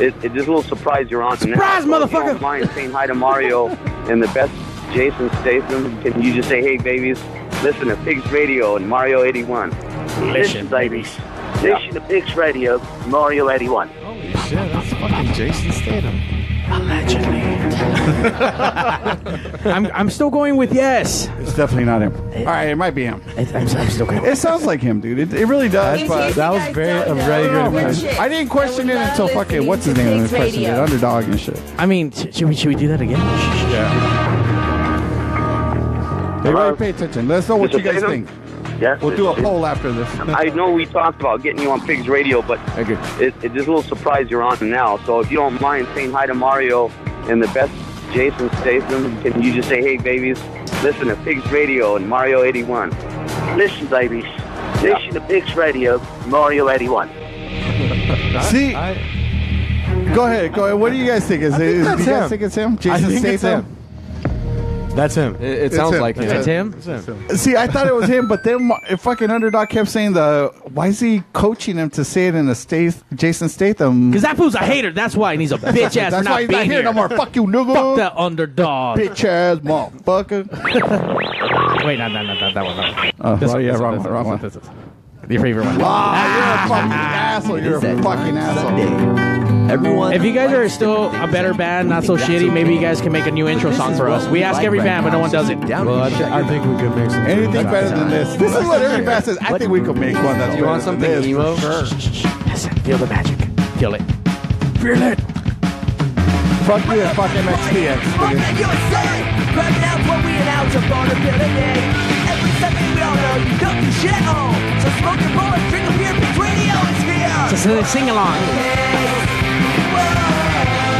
it, it, this little surprise you're on Surprise, now. So if you motherfucker! don't mind saying hi to Mario and the best Jason Statham. Can you just say, hey, babies, listen to Pigs Radio and Mario 81? Listen, babies. Listen to Pigs Radio, Mario 81. Oh, Holy shit, that's fucking Jason Statham. I'm, I'm still going with yes. It's definitely not him. All right, it might be him. I'm, still going it sounds like him, dude. It, it really does. In But case That you was guys very- don't a very know, good we're question. chicks. I didn't question it until fucking what's his name was questioned it, Radio. underdog and shit. I mean, sh- should we should we do that again? Yeah. Everybody, pay attention. Let us know what Mr. you guys Statham? think. Yes. We'll this do is a it. poll after this. I know we talked about getting you on Pigs Radio, but it, it, this little surprise you're on now. So if you don't mind saying hi to Mario and the best Jason Statham, can you just say, hey, babies, listen to Pigs Radio and Mario 81? Listen, babies. Listen to Pigs Radio, Mario 81. See, go ahead, go ahead. What do you guys think? Is it? Is, that's do you guys him. think it's him? I think it's him. That's him. It- it sounds like him. That's him? See, I thought it was him, but then my- if fucking underdog kept saying the why is he coaching him to say it in a Stath- Jason Statham? Because that fool's a hater. That's why, and he's a bitch ass. That's for why he's being not here no more. Fuck you, nigga. Fuck that underdog. bitch ass motherfucker. Wait, no, no, no, no, that one. Not. Oh, well, yeah, wrong one, wrong one. Your favorite one. Ah, you're a fucking asshole. You're a fucking asshole. Everyone. If you guys are still a better band, not so shitty, maybe you guys can make a new intro song for us. We ask every band, but no one does it. Well, I, thi- I think we could make some. Anything better than this? This is what every band says. I think we could make one that's You want better than something this, emo? for Listen, feel the magic. Feel it. Feel it. Fuck you and fuck MXPX. dude. Grabbing out what we announce upon the building day. Every Sunday we all know you don't do shit at home. So smoke your bowl and drink a beer, Pigs Radio is here. So, so sing along.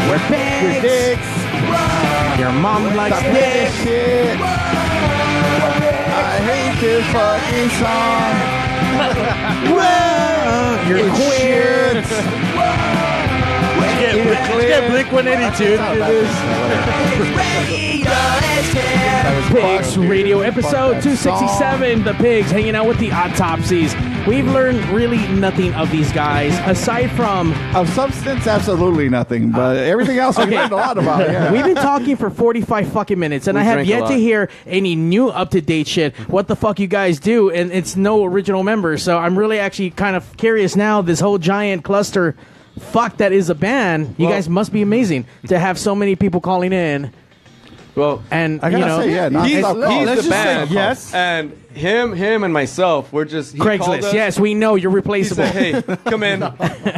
We're pigs. Your mom likes Stop with dick. this shit. I hate this fucking song. Whoa, You're queer. Let's get, let's get Blink 182 to do this. Pigs Radio episode 267. The pigs hanging out with the autopsies. We've learned really nothing of these guys aside from of substance. Absolutely nothing, but everything else we learned a lot about. Yeah. We've been talking for 45 fucking minutes, and We I have drank a yet lot. to hear any new up to date shit. What the fuck you guys do? And it's no original members, so I'm really actually kind of curious now. This whole giant cluster, fuck, that is a band. You guys must be amazing to have so many people calling in. Well, and I you gotta know, say, yeah, he's- he's, he's let's the just say band. yes. and him, him, and myself, we're just he called Craigslist. us. Yes, we know you're He replaceable. said, "Hey, come in,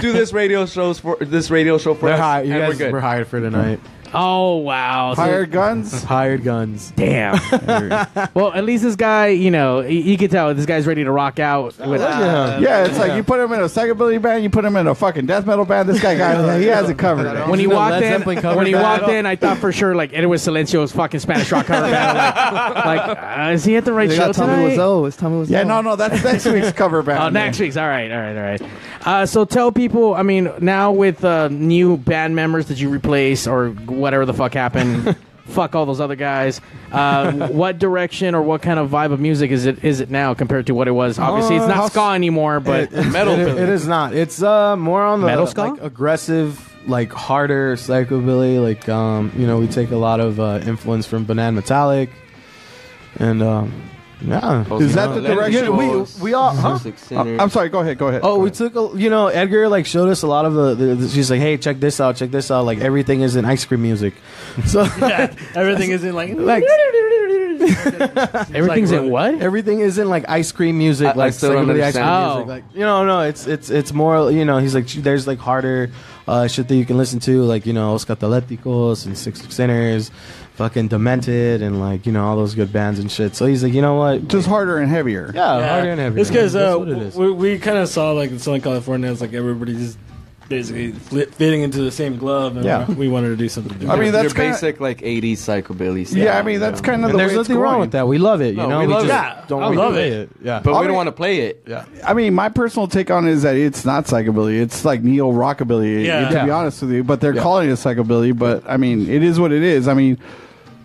do this radio shows for this radio show for They're us, hired. You and guys we're good." were hired for tonight. Oh wow! Hired guns. hired guns. Damn. well, at least this guy, you know, y- you can tell this guy's ready to rock out. With, Oh, uh, yeah, it's like you put him in a psychobilly band, you put him in a fucking death metal band. This guy got he has it covered. when he walked in, when he walked in, I thought for sure like Edward Silencio's fucking Spanish rock cover band. Like, like, uh, is he at the right They show got Tommy tonight? Wiseau. It's Tommy Wiseau. Yeah, no, no, that's next week's cover band. Oh, next week's. All right, all right, all right. Uh, so tell people. I mean, now with uh, new band members that you replace or whatever the fuck happened, fuck all those other guys. Uh, what direction or what kind of vibe of music is it? Is it now compared to what it was? Obviously, it's Uh, not house- ska anymore, It- but it- it is not. It's uh more on the Metal ska? like aggressive, like harder psychobilly. Like um, you know, we take a lot of uh, influence from Banana Metallic, and um, yeah. Is that the direction? we, uh, we all. Huh? I'm sorry. Go ahead. Go ahead. Oh, we took a, you know Edgar like showed us a lot of the, the, the- She's like, hey, check this out, check this out. Like everything is in ice cream music, so Yeah, everything is in like, Like- Everything's in what? Everything is in like ice cream music, I- I like still don't psychobilly ice cream understand. music. Like you know, no, it's it's it's more. You know, he's like there's like harder uh, shit that you can listen to, like you know, Os Cataléticos and Six Sinners, fucking Demented, and like you know all those good bands and shit. So he's like, you know what? Just harder and heavier. Yeah, harder and heavier. It's because That's uh, what it is. we, we kind of saw like in Southern California, it's like everybody's basically fli fitting into the same glove, and Yeah. we wanted to do something. Different. I mean, that's Your basic- basic like '80s psychobilly stuff. Yeah, I mean, that's kinda And the there's way it's nothing wrong going. with that. We love it. you know? We just don't really play it. Yeah, but I we mean- don't want to play it. Yeah. I mean, my personal take on it is that it's not psychobilly. It's like neo rockabilly. Yeah. To be Yeah. honest with you, but they're calling it psychobilly. But I mean, it is what it is. I mean,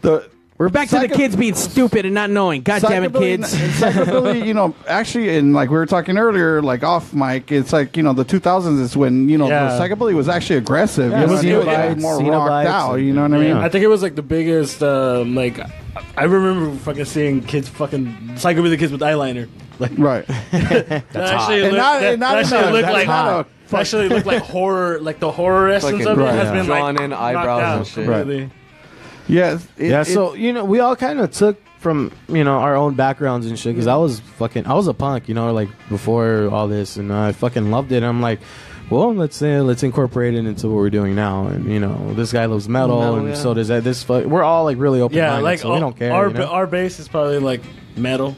the we're back to the kids being stupid and not knowing. God damn it, kids! psychobilly, you know, actually, and like we were talking earlier, like off mic, it's like you know the 2000s is when you know Yeah. the psychobilly was actually aggressive. Yeah, it was, it was Cenobites, like more rocked out. You know what I mean? I think it was like the biggest. Um, like, I remember fucking seeing kids fucking psychobilly kids with eyeliner. Like, right. that hot. actually And looked, not- that, and not that actually enough. looked That's like hot. that actually looked like horror. Like the horror essence Fucking of it right. has been Drawn like in knocked eyebrows out and shit. completely. Yeah, it- yeah. it- So you know, we all kind of took from you know our own backgrounds and shit. Because I was fucking, I was a punk, you know, like before all this, and I fucking loved it. I'm like, well, let's uh, let's incorporate it into what we're doing now. And you know, this guy loves metal, Metal, and yeah. so does that. This fuck, we're all like really open. Yeah, like so we our- oh, don't care. Our you know? our bass is probably like metal.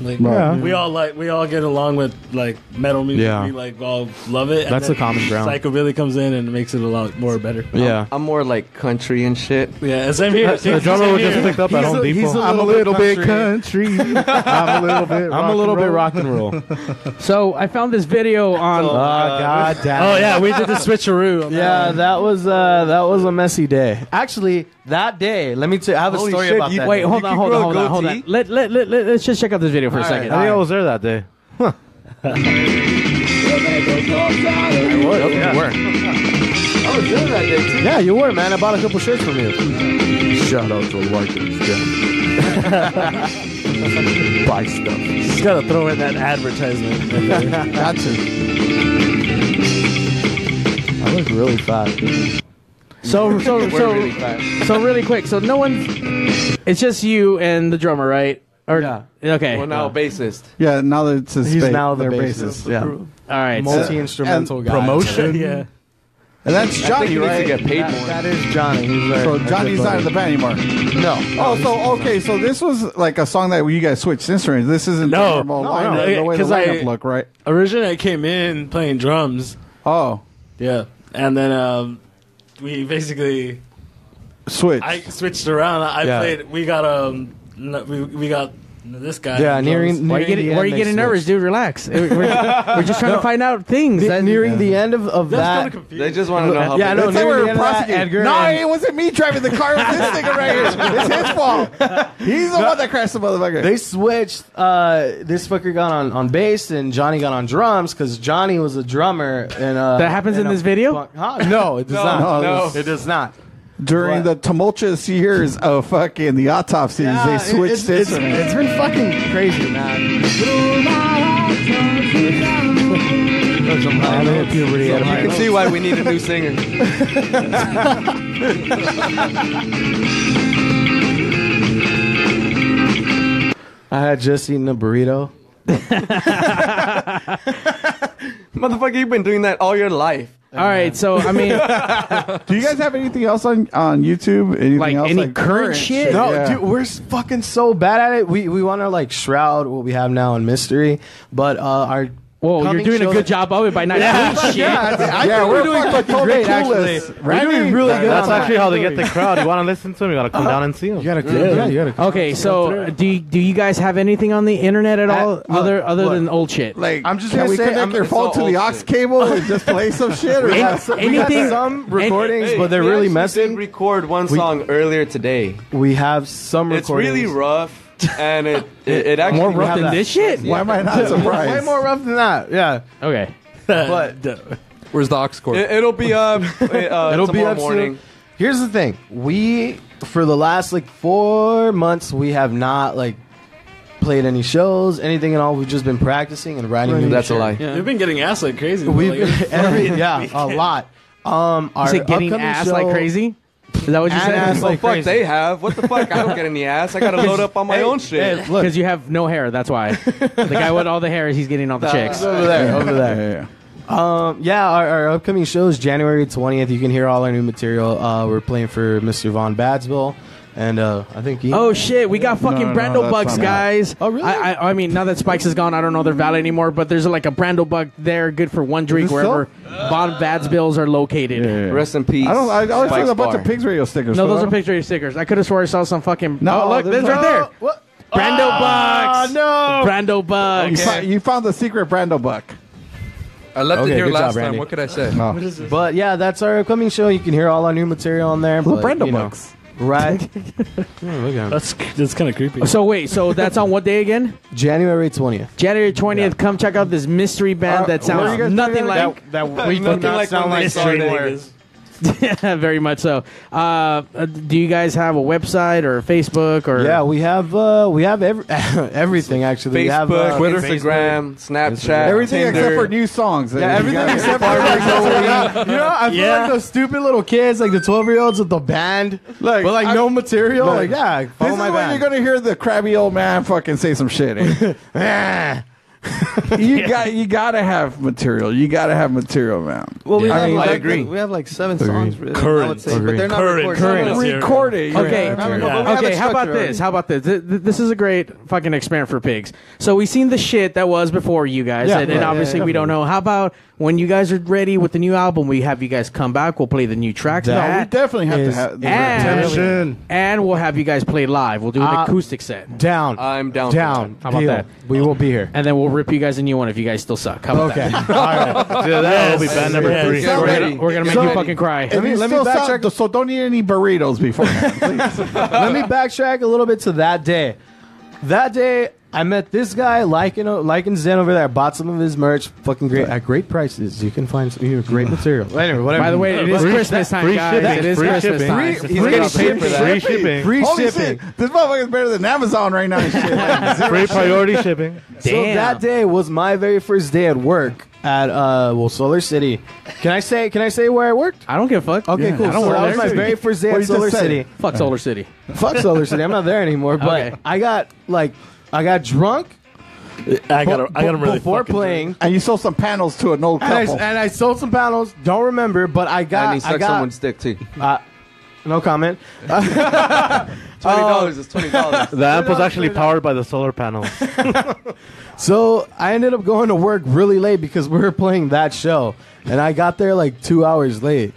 Like Right. Yeah. we all like we all get along with like metal music. Yeah. We like all love it. and That's then the common ground. Psychobilly comes in and makes it a lot more better. I'm, I'm more like country and shit. Yeah, same here. The Same- drummer same was just here. picked up at He's Home a- Depot. he's a I'm a little bit country. I'm a little bit. I'm a little bit rock and roll. so I found this video on. uh, Oh, God damn! Oh, it. yeah, we did the switcheroo on that yeah, one. that was uh, that was a messy day. Actually, that day, let me tell. I have a Holy story shit, about you- that. wait, day. hold on, hold on, hold on, hold on. Let, let, let, let, us just check out this video for All a right. second. I think I was there that day. I was. I was there that day too. Yeah, you were, man. I bought a couple shirts from you. Shout out to Larkin's Buy stuff. Just gotta throw in that advertisement. Got I look really fat. So so We're so really fast. so really quick. So no one. It's just you and the drummer, right? Or okay. Well, now bassist. Yeah, now that it's his He's ba- now the their bassist. bassist. Yeah. All right, so- Multi-instrumental And guy. promotion. Yeah. And that's Johnny, right? That- That is Johnny. He's our- So our good Johnny's not buddy. in the band anymore. No. Oh, so okay. So this was like a song that you guys switched instruments. This isn't the No, normal lineup, the way the lineup look, right? Originally, I came in playing drums. Oh, yeah, and then um, we basically Switch. I switched around. I Yeah. played. We got um, n- we we got this guy. Yeah, on nearing- drums. nearing Why you getting- the why end, you they getting nervous, dude? Relax. We're, we're just trying to find out things. The- nearing the end of, of that. They just want to know how. yeah, big no, it is. nearing the end of that, Edgar. No, and- it wasn't me driving the car. It was this nigga right here. It's his fault. He's the one that crashed the motherfucker. They switched. Uh, this fucker got on, on bass and Johnny got on drums because Johnny was a drummer. And uh, That happens in a this video? punk- huh? No, it does No, not. no. it does not. During the tumultuous years of fucking the autopsies, they switched Uh, it's, instruments. it's been fucking crazy, man. So you can see why we need a new singer. I had just eaten a burrito. Motherfucker, you've been doing that all your life. All right, so I mean, do you guys have anything else on on YouTube? Anything else any current shit? No, Yeah. dude, we're s- fucking so bad at it. We we want to like shroud what we have now in mystery, but uh, our Whoa, you're doing a good job of it by not yeah, doing shit. Yeah, I, I Yeah, think we're, we're doing fucking fucking totally great. Actually, clueless. we're doing really good. That's on that. Uh, actually how they get the crowd. You want to listen to them? You got to come down and see them. You got to Okay, so uh, do you, do you guys have anything on the internet at all other other than old shit? Like, I'm just Can gonna we say connect I'm- your it's phone all to old the aux shit. cable and just play some shit? Or Any- have some- anything- We had some recordings, but they're we really actually messy. did record one song earlier today. We have some It's recordings. really rough, and it it, it actually More rough we have than that. this shit? Yeah. Why am I not surprised? Way more rough than that. Yeah. Okay. But where's the ox cord? It, will be up. Uh, It'll be tomorrow up soon. morning. Here's the thing: we for the last like four months, we have not like played any shows, anything at all. We've just been practicing and writing. new shit. We've been getting ass like crazy. We've like, every, yeah a lot. Um, You our said getting upcoming ass show- like crazy? Is that what you And said? ass Oh, fuck, they have. What the fuck? I don't get any ass. I gotta load up on my own shit. Because you have no hair, that's why. the guy with all the hair, he's getting all the Nah. chicks. over there, over there. Um, yeah, our, our upcoming show is January 20th. You can hear all our new material. Uh, we're playing for Mr. Von Badsville, and uh, I think. He, Oh shit, we got fucking Brando bugs, guys. Oh really? I, I, I mean, now that Spikes is gone, I don't know they're valid anymore. But there's like a Brando bug there, good for one drink this wherever Von Vadsbills are located. Rest in peace. I don't. I always see a bunch of pigs radio stickers. No, fool. those are picture of stickers. I could have swore I saw some fucking. No, oh, look, there's there's no- right there. What? Brando Ah, bugs. no. Brando bugs. You, fi- you found the secret Brando buck. I left Okay, it here good job, last time. Randy. What could I say? No. But yeah, that's our upcoming show. You can hear all our new material on there. Look, but, Brando you know, bugs. right? Oh, that's that's kind of creepy. So wait, so that's on what day again? January 20th. January twentieth. Come check out this mystery band that where Uh, are you sounds guys nothing playing like That- that we do Nothing not like sound when like they started Started. it. yeah, very much so. Uh, uh, do you guys have a website or Facebook or? Yeah, we have uh, we have every, everything actually. we have, Facebook, uh, Twitter, Facebook. Instagram, Snapchat, Everything except Tinder. for new songs. Yeah, everything except for you know, I feel Yeah. like those stupid little kids, like the twelve-year-olds with the band, Like, but like I- no material. Look, like, yeah, This follow is my when band. you're gonna hear the crabby old man fucking say some shit. eh? Ah. you got you gotta have material. You gotta have material, man. Well, we I have mean, like, like- We have like seven Agreed. songs. Really, I would Current. say, but they're not Current. recorded. Current. Not Material. recorded. Okay. Okay. How about already. this? How about this? Th- th- This is a great fucking experiment for pigs. So we seen the shit that was before you guys, Yeah, and, and yeah, obviously yeah, we don't know. How about when you guys are ready with the new album, we have you guys come back. We'll play the new tracks. No, we That definitely have to is- have- and, Attention. and we'll have you guys play live. We'll do an Uh, acoustic set. Down. I'm down. Down. How about Deal. that? We will be here, and then we'll rip you guys a new one if you guys still suck. How about Okay. that? All right. Dude, that'll be Yes. band number Yes. three. We're gonna, Somebody- we're gonna make you somebody- fucking cry. Let me, let me backtrack. so don't eat any burritos before. Let me backtrack a little bit to that day. That day, I met this guy, Lycan, Lycan Zen over there. I bought some of his merch. Fucking great. At great prices. You can find some you know, great material. Anyway, whatever. By the way, it is Christmas time, guys. It is Christmas time. Free, He's gonna pay for that. Free shipping. Free Holy shipping. shit, This motherfucker is better than Amazon right now. and shit. Like, zero Free shipping. priority shipping. So that day was my very first day at work at uh well Solar City. Can I say can I say where I worked? I don't give a fuck. Okay, Yeah, cool. I don't so work that was there. my very first day What at you just Solar said. City. Fuck Solar City. Fuck Solar City. I'm not there anymore. But Okay. I got like I got drunk. I got I got him really before playing. and you sold some panels to an old And I, couple. and I sold some panels. Don't remember, but I got and he I sucked got someone's dick too. uh, no comment. Twenty dollars is twenty dollars. The amp was actually powered by the solar panels. So I ended up going to work really late because we were playing that show, and I got there like two hours late,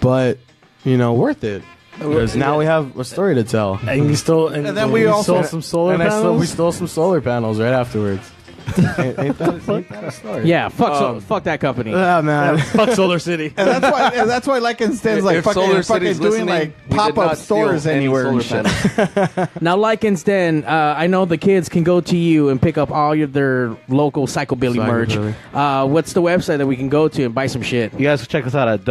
but you know, worth it because now we have a story to tell. And you stole, and, And then we you also- stole some solar and I panels. stole- we stole some solar panels right afterwards. ain't, ain't that, ain't that a story? Yeah, fuck, so, Um, fuck that company. Ah, man. fuck Solar City. And that's why. And that's why Lycan stands like If fucking, Solar fucking City's doing listening, like we did pop up not steal stores any anywhere solar and shit. now, Lycan's Den, uh, I know the kids can go to you and pick up all your, their local psychobilly merch. Psychobilly. Uh, what's the website that we can go to and buy some shit? You guys can check us out at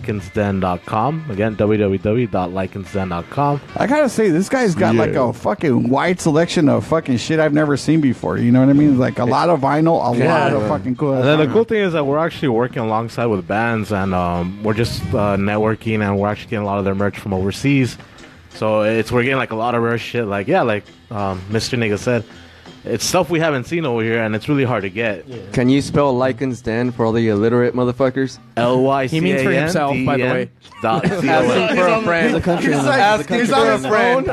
www.lycansden.com. Again, www.lycansden.com. I gotta say, this guy's got like Yeah. a fucking wide selection of fucking shit I've never seen before. You know what I mean? Like a lot of vinyl, a lot of fucking cool. And then the cool thing is that we're actually working alongside with bands, and um, we're just uh, networking, and we're actually getting a lot of their merch from overseas. So it's we're getting like a lot of rare shit. Like yeah, like um, Mr. Nigga said, it's stuff we haven't seen over here, and it's really hard to get. Can you spell Lycan's Den for all the illiterate motherfuckers? L Y C A N. Dot C E O N. Asking for a friend.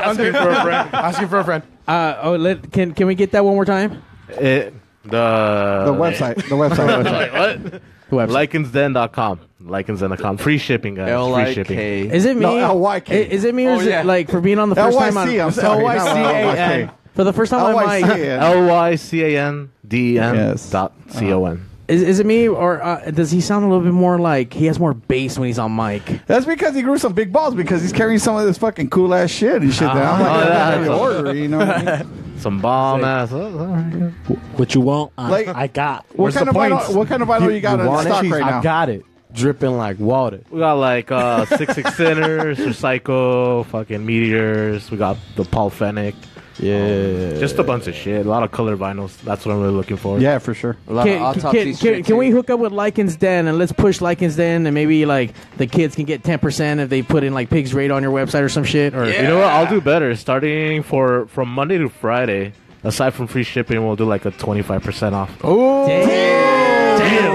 Asking for a friend. Uh, oh, let, can can we get that one more time? It, the The website, the website. Like, what? Lycansden.com. Lycansden.com. Free shipping, guys. Free shipping. Is it me? I- Is it me or is it like for being on the first time? on- L-Y-C, I'm sorry, not L-Y-K. For the first time on my L Y C A N D E N dot Uh, C O N. Is, is it me or uh, does he sound a little bit more like he has more bass when he's on mic? That's because he grew some big balls because he's carrying some of this fucking cool ass shit and shit. that I'm like, Uh-huh. "That's Oh, what you order, you know what I mean? Some bomb ass. What you want? I- Like, I got. what kind of vinyl- what kind of vinyl you got in want it? stock right now? I got it. Dripping like water. We got like uh, six six sinners, Recycle, fucking meteors. We got the Paul Fennec. Yeah, just a bunch of shit. A lot of color vinyls. That's what I'm really looking for. Yeah, for sure. Can, can, can, can we hook up with Lycan's Den and let's push Lycan's Den and maybe like the kids can get ten percent if they put in like Pigs Raid on your website or some shit or You know what? I'll do better. Starting for from Monday to Friday, aside from free shipping, we'll do like a twenty five percent off. Oh, damn!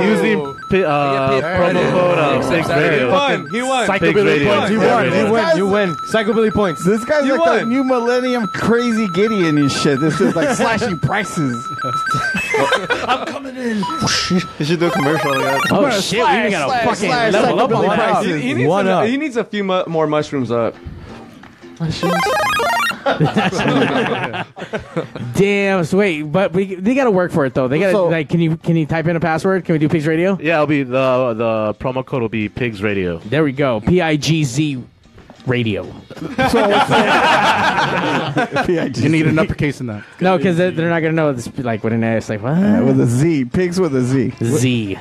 Using pi- uh, promo code uh, Big Radio. Big Radio. Big Radio. You win. Psychobilly points. This guy's like the new millennium crazy Gideon and shit. This is like slashing prices. I'm coming in. You should do a commercial. Yeah. Oh, shit, we even got a fucking level up on that. He, he needs One a, up. he needs a few mu- more mushrooms up. Damn. So wait, but we, they got to work for it though. They got to So- like. Can you can you type in a password? Can we do Pigs Radio? Yeah, it'll be the the promo code will be Pigs Radio. There we go. P I G Z Radio. you need an uppercase in that. No, because they're, they're not gonna know. It's like with an S, like what? Uh, with a Z. Pigs with a Z. Z.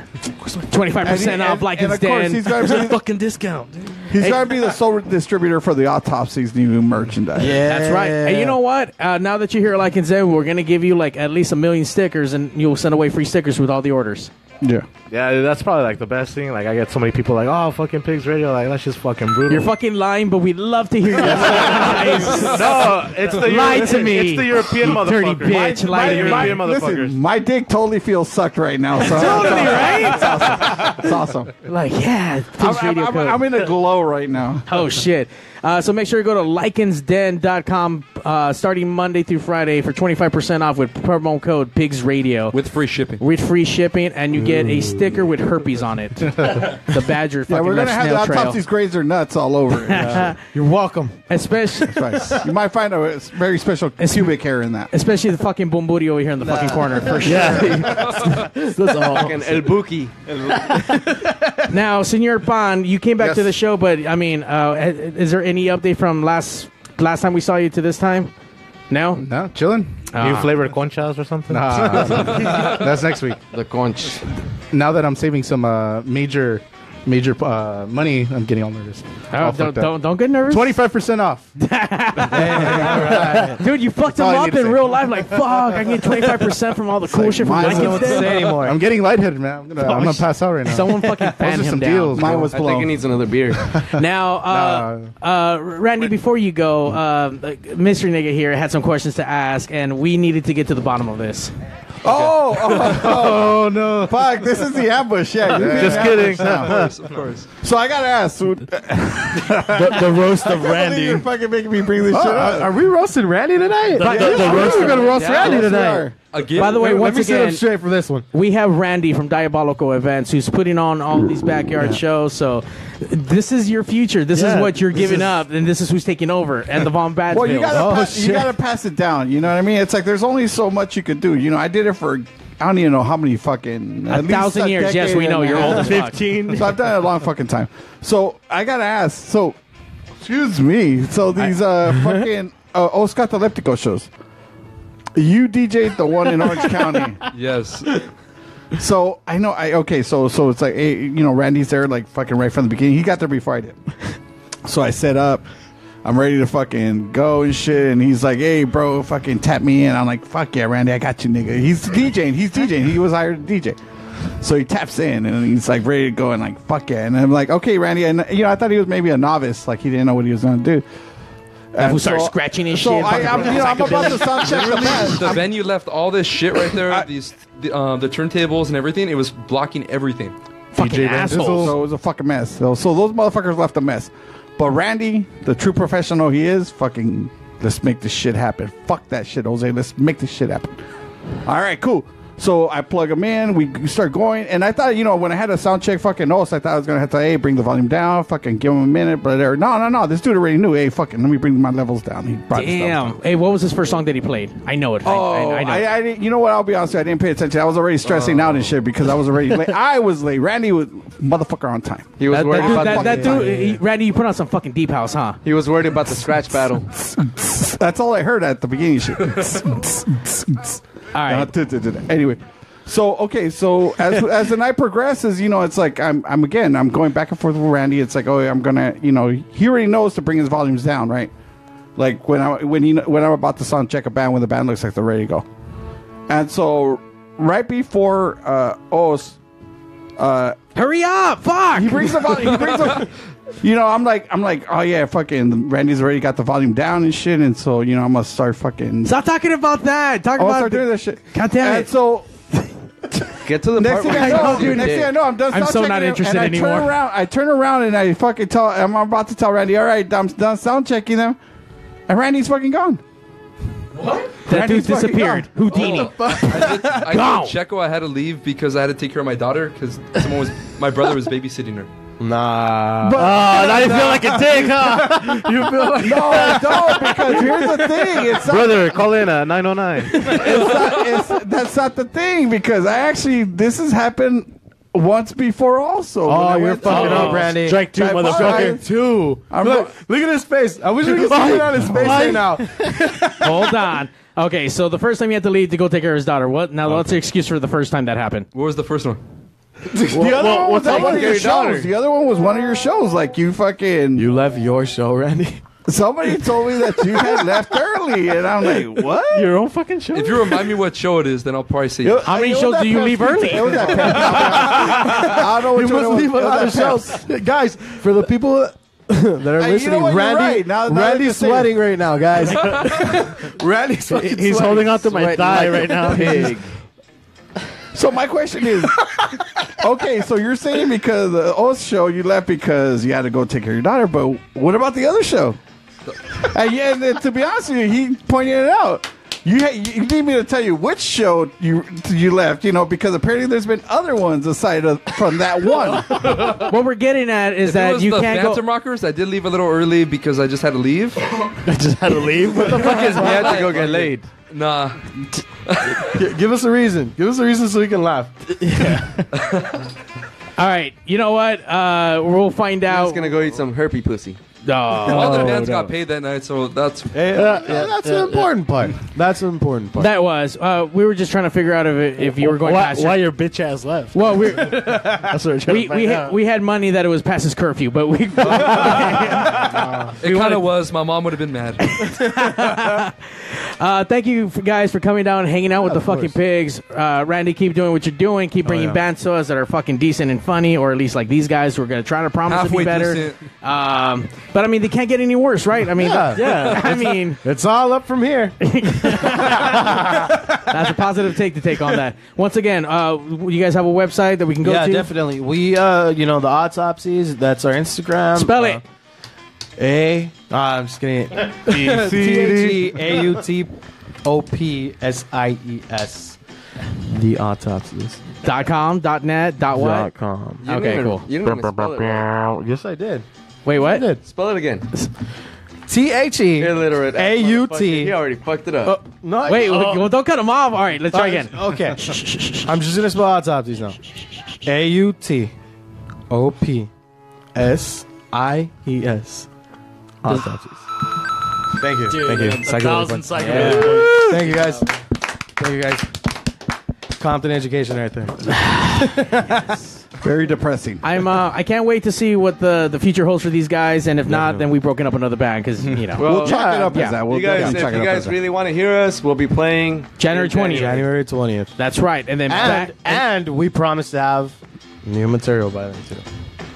Twenty five percent off. Like and it's of course, Dan. he's gotta be the- fucking discount. dude. He's Hey. got to be the sole distributor for the autopsy's new merchandise. That's right. And you know what? Uh, now that you're here, like in Zen, we're gonna give you like at least a million stickers, and you'll send away free stickers with all the orders. Yeah. Yeah, that's probably like the best thing. Like I get so many people like, oh, fucking Pigs Radio. Like that's just fucking brutal. You're fucking lying, but we'd love to hear you. no, it's the lie Euro- to me. It's the European you dirty motherfuckers. bitch. lie to me. European motherfuckers. Listen, my dick totally feels sucked right now. So totally right. It's awesome. Like yeah, I'm, Pigs I'm- Radio I'm- Code. I'm in a glow right now. Oh shit! Uh, so make sure you go to lichensden.com uh, starting Monday through Friday for twenty five percent off with promo code Pigs Radio with free shipping. With free shipping, and you get a sticker with herpes on it. the badger Yeah, fucking we're gonna left have the snail trail. autopsy's grazer nuts all over. it. Yeah. You're welcome. Especially, That's right. you might find a s- very special pubic hair in that. especially the fucking bumburi over here in the fucking corner for sure. Fucking El Buki. now, Senor Pan, you came back Yes. to the show, but I mean, uh, i- is there any update from last last time we saw you to this time? No, no, chilling. Ah. New flavored conchas or something? Nah, that's next week. The conch. Now that I'm saving some uh, major, major uh, money, I'm getting all nervous. Oh, don't, don't don't get nervous. Twenty five percent off. Dude, you fucked all him I up need to in say. real life. Like, fuck, I can get 25% from all the cool shit from Mine was- Lycan's Den. I'm getting lightheaded, man. I'm gonna, Oh, I'm gonna sh- pass out right now. Someone fucking Those are fan him some down. deals. bro. Oh, I think he needs another beer. Now, uh, uh, Randy, before you go, uh, Mr. Nigga here had some questions to ask, and we needed to get to the bottom of this. Oh, oh, oh, no! Fuck! This is the ambush. Yeah, you're being Just ambushed kidding. now. Of course, of course. So I gotta ask. the, the roast of Randy. You're fucking making me bring this Oh, shit uh, are, up. are we roasting Randy tonight? The- the- the I knew roast we were of- gonna roast Yeah, Randy yes, we tonight. are. By the way, Let- let once me sit up again, straight for this one. we have Randy from Diabolical Events who's putting on all these backyard shows. So this is your future. This Yeah, is what you're this giving is- up, and this is who's taking over at the Von Oh, Badsville. Well, you gotta pass, you gotta pass it down. You know what I mean? It's like there's only so much you could do. You know, I did it for I don't even know how many fucking A at least thousand years. Yes, decade we know. and a You're old half. as fuck. 15. So I've done it a long fucking time. So I gotta ask. So excuse me. So these uh fucking uh, Os Cataleptico shows. You DJ'd the one in Orange County. Yes. So I know I okay, so so it's like hey, you know, Randy's there like fucking right from the beginning. He got there before I did. So I set up, I'm ready to fucking go and shit, and he's like, Hey bro, fucking tap me in. I'm like, Fuck yeah, Randy, I got you nigga. He's DJing, he's DJing, he was hired to DJ. So he taps in and he's like ready to go and like fuck yeah and I'm like okay Randy and you know I thought he was maybe a novice like he didn't know what he was gonna do That And who started so- scratching his so shit. I- I'm- you know, I'm about to sound check the Literally, man. the venue left all this shit right there. These the, um, the turntables and everything. It was blocking everything. So it was a fucking mess. So, so those motherfuckers left a mess. But Randy, the true professional he is, fucking let's make this shit happen. Fuck that shit, Jose. Let's make this shit happen. All right, cool. So I plug him in. We start going, and I thought, you know, when I had a sound check, fucking notes, I thought I was gonna have to, hey, bring the volume down, fucking give him a minute, but there- no, no, no. This dude already knew, hey, fucking, let me bring my levels down. He brought his levels Damn. Hey, what was his first song that he played? I know it. I- Oh, I, I, I know. I, didn't- you know Oh. what? I'll be honest. With you, I didn't pay attention. I was already stressing out and shit because I was already late. I was late. Randy was motherfucker on time. He was that, worried that dude, about that, that fucking dude, time. he- Randy. You put on some fucking deep house, huh? He was worried about the scratch battle. That's all I heard at the beginning. Uh, Shit. Anyway, so okay, so as as the night progresses, you know, it's like I'm I'm again I'm going back and forth with Randy. It's like oh I'm gonna you know he already knows to bring his volumes down, right? Like when I when he when I'm about to sound check a band when the band looks like they're ready to go, and so right before uh oh. s- Uh, Hurry up! Fuck! He brings the volume. He brings the, you know, I'm like, I'm like, oh yeah, fucking Randy's already got the volume down and shit, and so you know, I'm gonna start fucking. Stop talking about that. Talk I'll about start doing that shit. God damn and it. So Get to the part next thing where I you know, talk to your next dick. thing I know, I'm done. I'm sound so checking not it, interested and I anymore. turn around. I turn around and I fucking tell. I'm about to tell Randy, all right, I'm done sound checking them, and Randy's fucking gone. That Randy's dude fucking disappeared. gone. Houdini. I told Checo I had to leave because I had to take care of my daughter because someone was my brother was babysitting her. Nah. Oh, now you feel like a dick, huh? You feel like- no, I don't because here's the thing. It's not- Brother, call in oh a 909. it's not, it's, that's not the thing because I actually this has happened once before also. Oh, Oh, when I went to- Oh. Strike two, I motherfucker. apologize. Two. I'm look, look at his face. I wish we could see it on his face right now. Hold on. Okay, so the first time he had to leave to go take care of his daughter. What? Now, what's the excuse for the first time that happened? What was the first one? The Well, other well, one was what's at up one with of your your daughter? shows. The other one was one of your shows. Like you fucking. You left your show, Randy. Somebody told me that you had left early, and I'm like, what? Your own fucking show. If you remind me what show it is, then I'll probably see. Yo, it. How many yo, shows that do you Pepsi- leave early? it was that I don't know You what must leave a lot of shows. Guys, for the people that are Hey, you listening, know what? You're Randy, right. Now- now that you Randy's say it. sweating right now, guys. Randy's fucking He's sweating. holding onto my Sweating thigh like right a now. pig. So my question is, okay, so you're saying because the Oz show you left because you had to go take care of your daughter, but what about the other show? and yeah, and then to be honest with you, he pointed it out. You ha- you need me to tell you which show you you left, you know, because apparently there's been other ones aside of, from that one. what we're getting at is If it that was you the can't go. Phantom Rockers. I did leave a little early because I just had to leave. I just had to leave. what the fuck is You had to go get laid. Nah. G- Give us a reason. Give us a reason so we can laugh. All right, you know what? Uh, we'll find I'm out. just gonna go eat some herpy pussy. All the bands no. uh, got paid that night, so that's that's the important part. That's the important part. That was. Uh, we were just trying to figure out if, it- if you were going why, past. why your- your bitch ass left. well, we That's what we're trying we to find we had, out. we had money that it was past his curfew, but we It kind of was. My mom would have been mad. Uh, thank you f- guys for coming down and hanging out with the fucking pigs. Uh, Randy, keep doing what you're doing. Oh, Keep bringing yeah. bands to us that are fucking decent and funny, or at least like these guys who are gonna try to promise Halfway to be better. Um, but I mean, they can't get any worse, right? I mean, Yeah. yeah. Yeah. I mean, It's all up from here. That's a positive take to take on that. Once again, uh, you guys have a website that we can go yeah, to. definitely. We, uh, you know, the autopsies. That's our Instagram. Uh, Spell it. A. Ah, I'm just kidding. T D. H E A U T O P S I E S. The autopsies. Dot com. Dot net. Dot what? Dot com. You didn't okay, even- cool. you didn't even spell it Yes, I did. Wait, what? Spell it again. T H E. Illiterate. A U T. He already fucked it up. No. Wait, oh. well, don't cut him off. All right, let's try again. Okay. I'm just gonna spell autopsies now. A U T O P S I E S. Autopsies. Thank you. Dude, Thank you. a thousand psycho Psycho Yeah. Ladybugs. Thank you guys. Thank you guys. Compton education right there. Very depressing. I'm. Uh, I can't wait to see what the, the future holds for these guys. And if not, then we've broken up another band because you know Well, We'll chalk it up as that. We'll you guys, if you guys really want to hear us, we'll be playing January 20th. January 20th. That's right. And then And, and we promise to have new material by then too.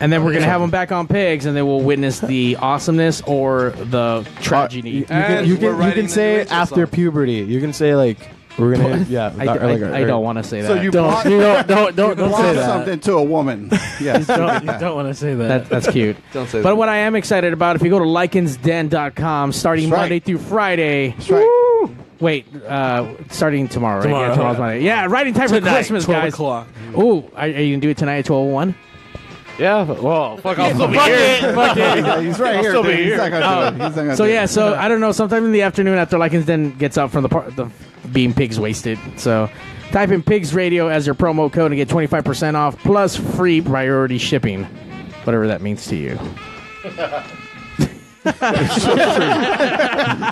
And then we're gonna have them back on pigs, and then we'll witness the awesomeness or the tragedy. You can, you can, you can say it after puberty. You can say like we're gonna What? yeah. I d- I- I don't wanna say So that. you don't block- you know, don't don't you don't block say that. something to a woman. Yes. don't- you don't want to say That- that's cute. Don't but what I am excited about, if you go to lichensden.com starting That's right. Monday through Friday. Woo! Wait, uh, starting tomorrow, right? Tomorrow. Yeah, tomorrow's Monday. Yeah, right in time for Tonight, Christmas, 12 guys. o'clock. Ooh, are, are you going to do it tonight at 1201? Yeah, well, fuck, I'll still be Fuck here. it, fuck it. Yeah, he's right I'll here, still be dude. He's here. not gonna do it. Oh. He's not gonna So do yeah, it. so I don't know. Sometime in the afternoon after Lycans Den gets out from the, par- the being pigs wasted. So type in pigs radio as your promo code and get twenty five percent off plus free priority shipping, whatever that means to you.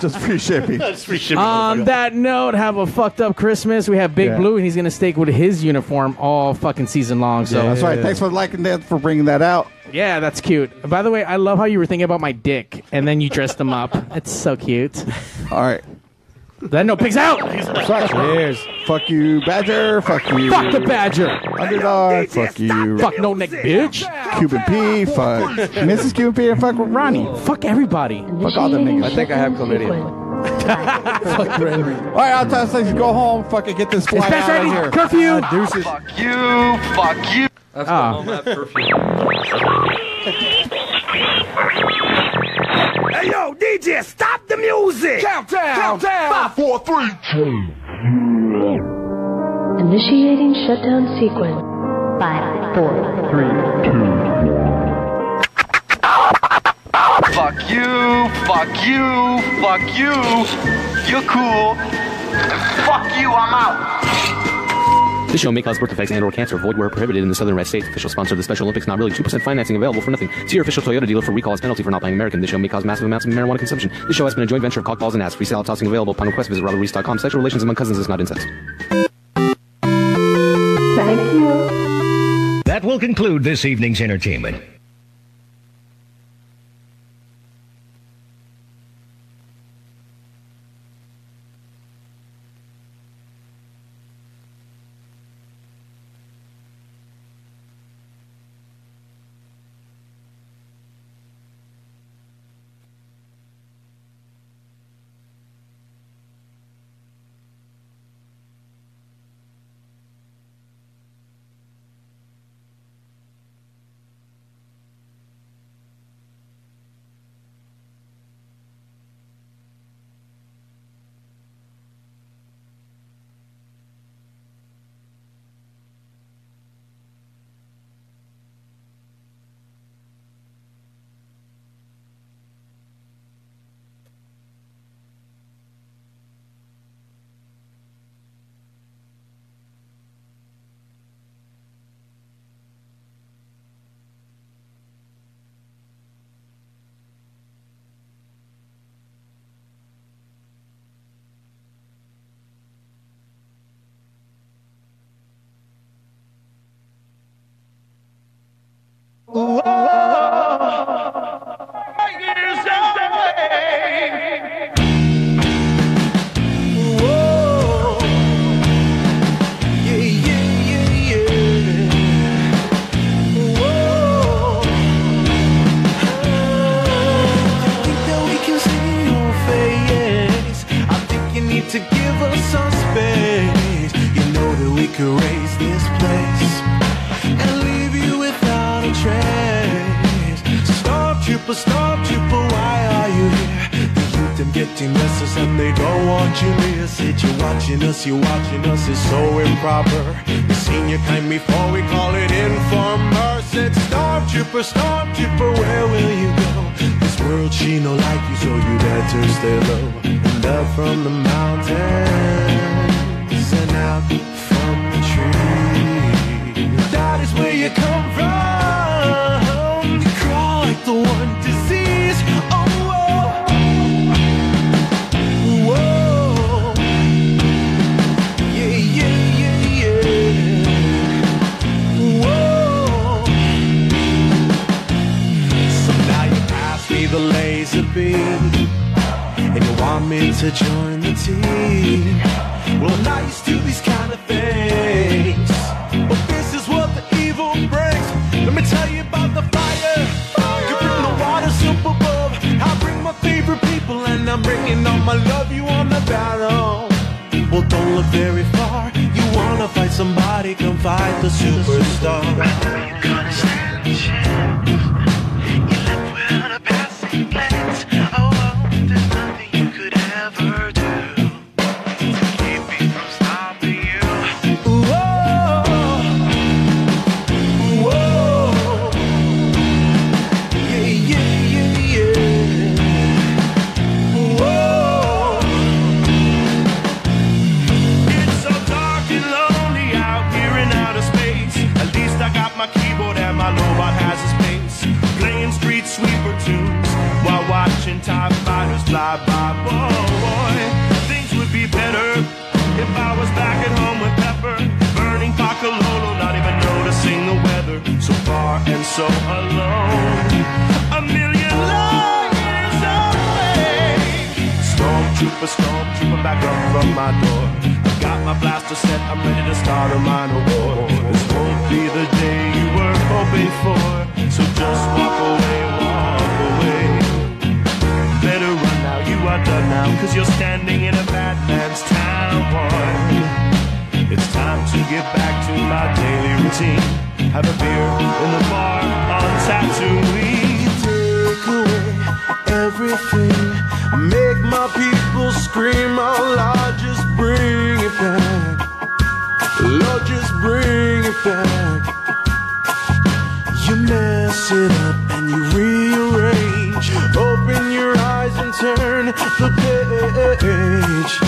Just free shipping. That's free On that note, have a fucked up Christmas. We have Big Yeah. Blue, and he's gonna stake with his uniform all fucking season long. So That's right. Thanks for liking that for bringing that out. Yeah, that's cute. By the way, I love how you were thinking about my dick, and then you dressed him up. It's so cute. All right. Then no pigs out. Fuck Cheers. Fuck you, Badger. Fuck you. Fuck the Badger. Underdog. Fuck you. Fuck no neck, bitch. Cuban P. Fuck Mrs. Cuban P. And fuck Ronnie. Fuck everybody. Fuck all them niggas. I think I have chlamydia. fuck Henry. All right, I'll tell you, go home. Fucking get this fly It's past out of ready. here. Curfew. Uh, deuces. Fuck you. Fuck you. That's Ah. all that perfume. Hey yo, DJ, stop the music! Countdown! Countdown! Five, four, three, two. Initiating shutdown sequence. Five, four, Fuck you, fuck you, fuck you. You're cool. Fuck you, I'm out. This show may cause birth defects and/or cancer. Void where prohibited in the Southern Red States. Official sponsor of the Special Olympics. Not really. Two percent financing available for nothing. See your official Toyota dealer for recall as penalty for not buying American. This show may cause massive amounts of marijuana consumption. This show has been a joint venture of cockballs and ass. Free salad tossing available upon request. Visit robertreese.com. Sexual relations among cousins is not incest. Thank you. That will conclude this evening's entertainment. To give us some space, you know that we could raise this place and leave you without a trace. So stop, trooper, stop, trooper, why are you here? The youth them getting restless and they don't want you near. Said you're watching us, you're watching us, it's so improper. We seen your kind before, we call it in for mercy. Stop, trooper, stop, trooper, where will you go? This world she no like you, so you better stay low. And up from the mountains and out from the trees. That is where you come from. You crawl like the one disease. Oh, whoa. Whoa. Yeah, yeah, yeah, yeah. Whoa. So now you pass me the laser beam and you want me to join the team. Well, I'm not used to these kind of things, but this is what the evil brings. Let me tell you about the fire. don't look very far. You wanna fight somebody, come fight the superstar. Oh, It's so dark and lonely out here in outer space. At least I got my keyboard and my robot has its pace. Playing street sweeper tunes while watching top fighters fly by. Boy, things would be better if I was back at home with Pepper. Burning Pacololo, not even noticing the weather. So far and so alone. A million light years away. Stormtrooper, stormtrooper, back up from my door. I've got my blaster set, I'm ready to start a minor war. This won't be the day you were hoping for, so just walk away, walk away. Better run now, you are done now, cause you're standing in a bad man's town, boy. It's time to get back to my daily routine. Have a beer in the bar on Tatooine. Take away everything. Make my people scream out loud, just bring it back. Lord, just bring it back. You mess it up and you rearrange. Open your eyes and turn the page.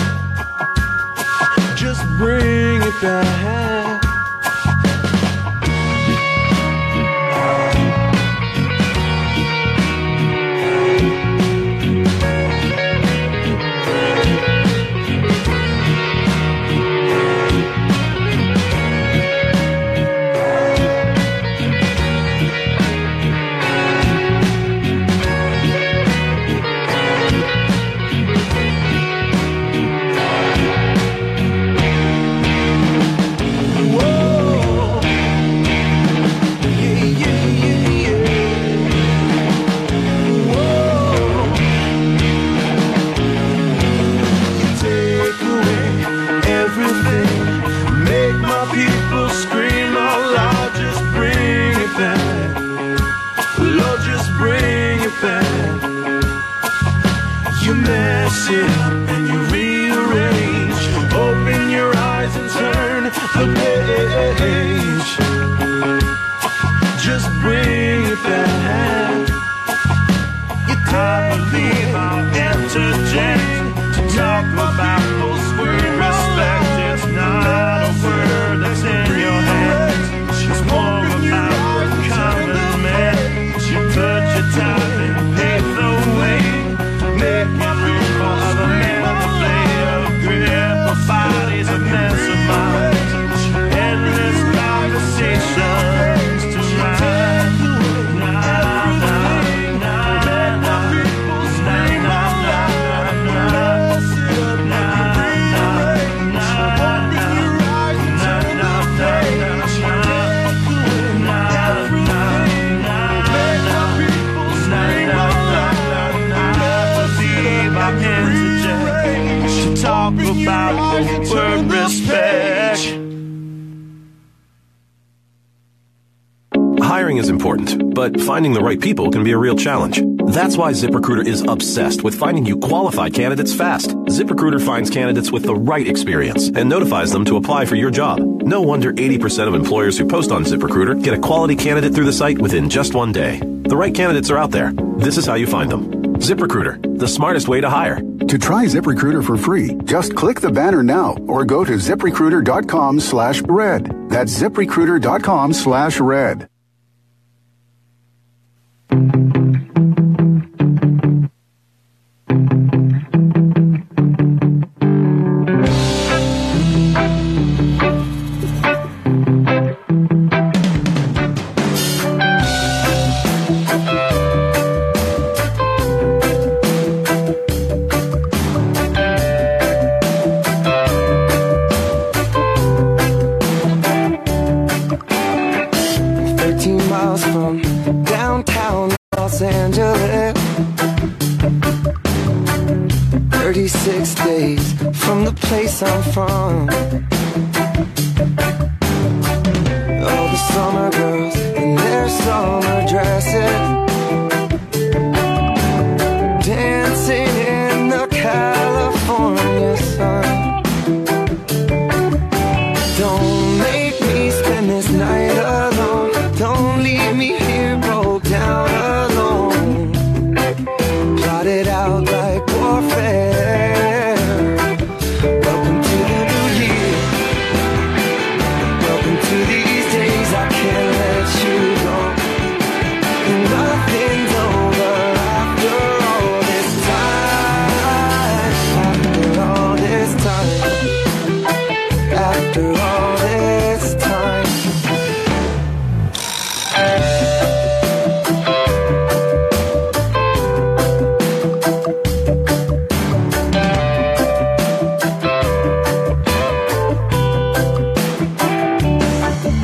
Just bring it back. Take away everything. Make my people scream out loud. Just bring it back. Lord, just bring it back. You mess it up and you rearrange. Open your eyes and turn the page. Just bring it back. I believe I'll entertain to talk about those words. Respect is not a word that's in your hands. It's more about what common man. You put your time and pave the way. Make a room for other men to play. A grip of bodies, a mess of minds. Endless conversations to mind. Talk about the word respect. Hiring is important, but finding the right people can be a real challenge. That's why ZipRecruiter is obsessed with finding you qualified candidates fast. ZipRecruiter finds candidates with the right experience and notifies them to apply for your job. No wonder 80% of employers who post on ZipRecruiter get a quality candidate through the site within just one day. The right candidates are out there. This is how you find them. ZipRecruiter, the smartest way to hire. To try ZipRecruiter for free, just click the banner now or go to ziprecruiter.com slash red. That's ziprecruiter.com slash red. I'm 13 miles from downtown Los I'm from. All the summer girls in their summer dresses, dancing in the California sun. Don't make me spend this night alone. Don't leave me here broke down alone. Plot it out like warfare. Welcome to the new year. Welcome to these days. I can't let you go. And nothing's over after all this time. After all this time. After all this time.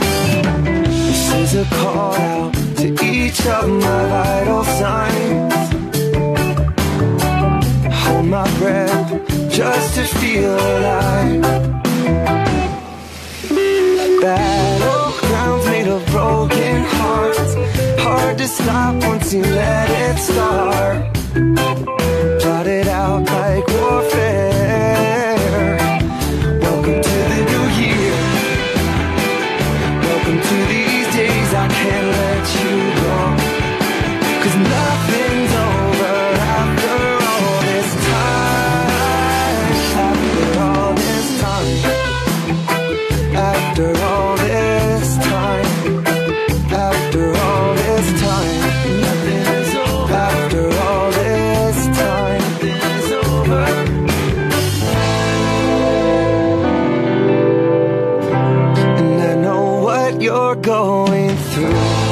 This is a call out to each of my vital signs. Hold my breath just to feel alive. Battlegrounds made of broken hearts. Hard to stop once you let it start. Plot it out like warfare. Welcome to the new year. Welcome to these days, I can't let you go. Cause nothing's over after all this time. After all this time. After all this time. After all this time. Nothing's over. After all this time. Nothing's over. and I know what you're going through.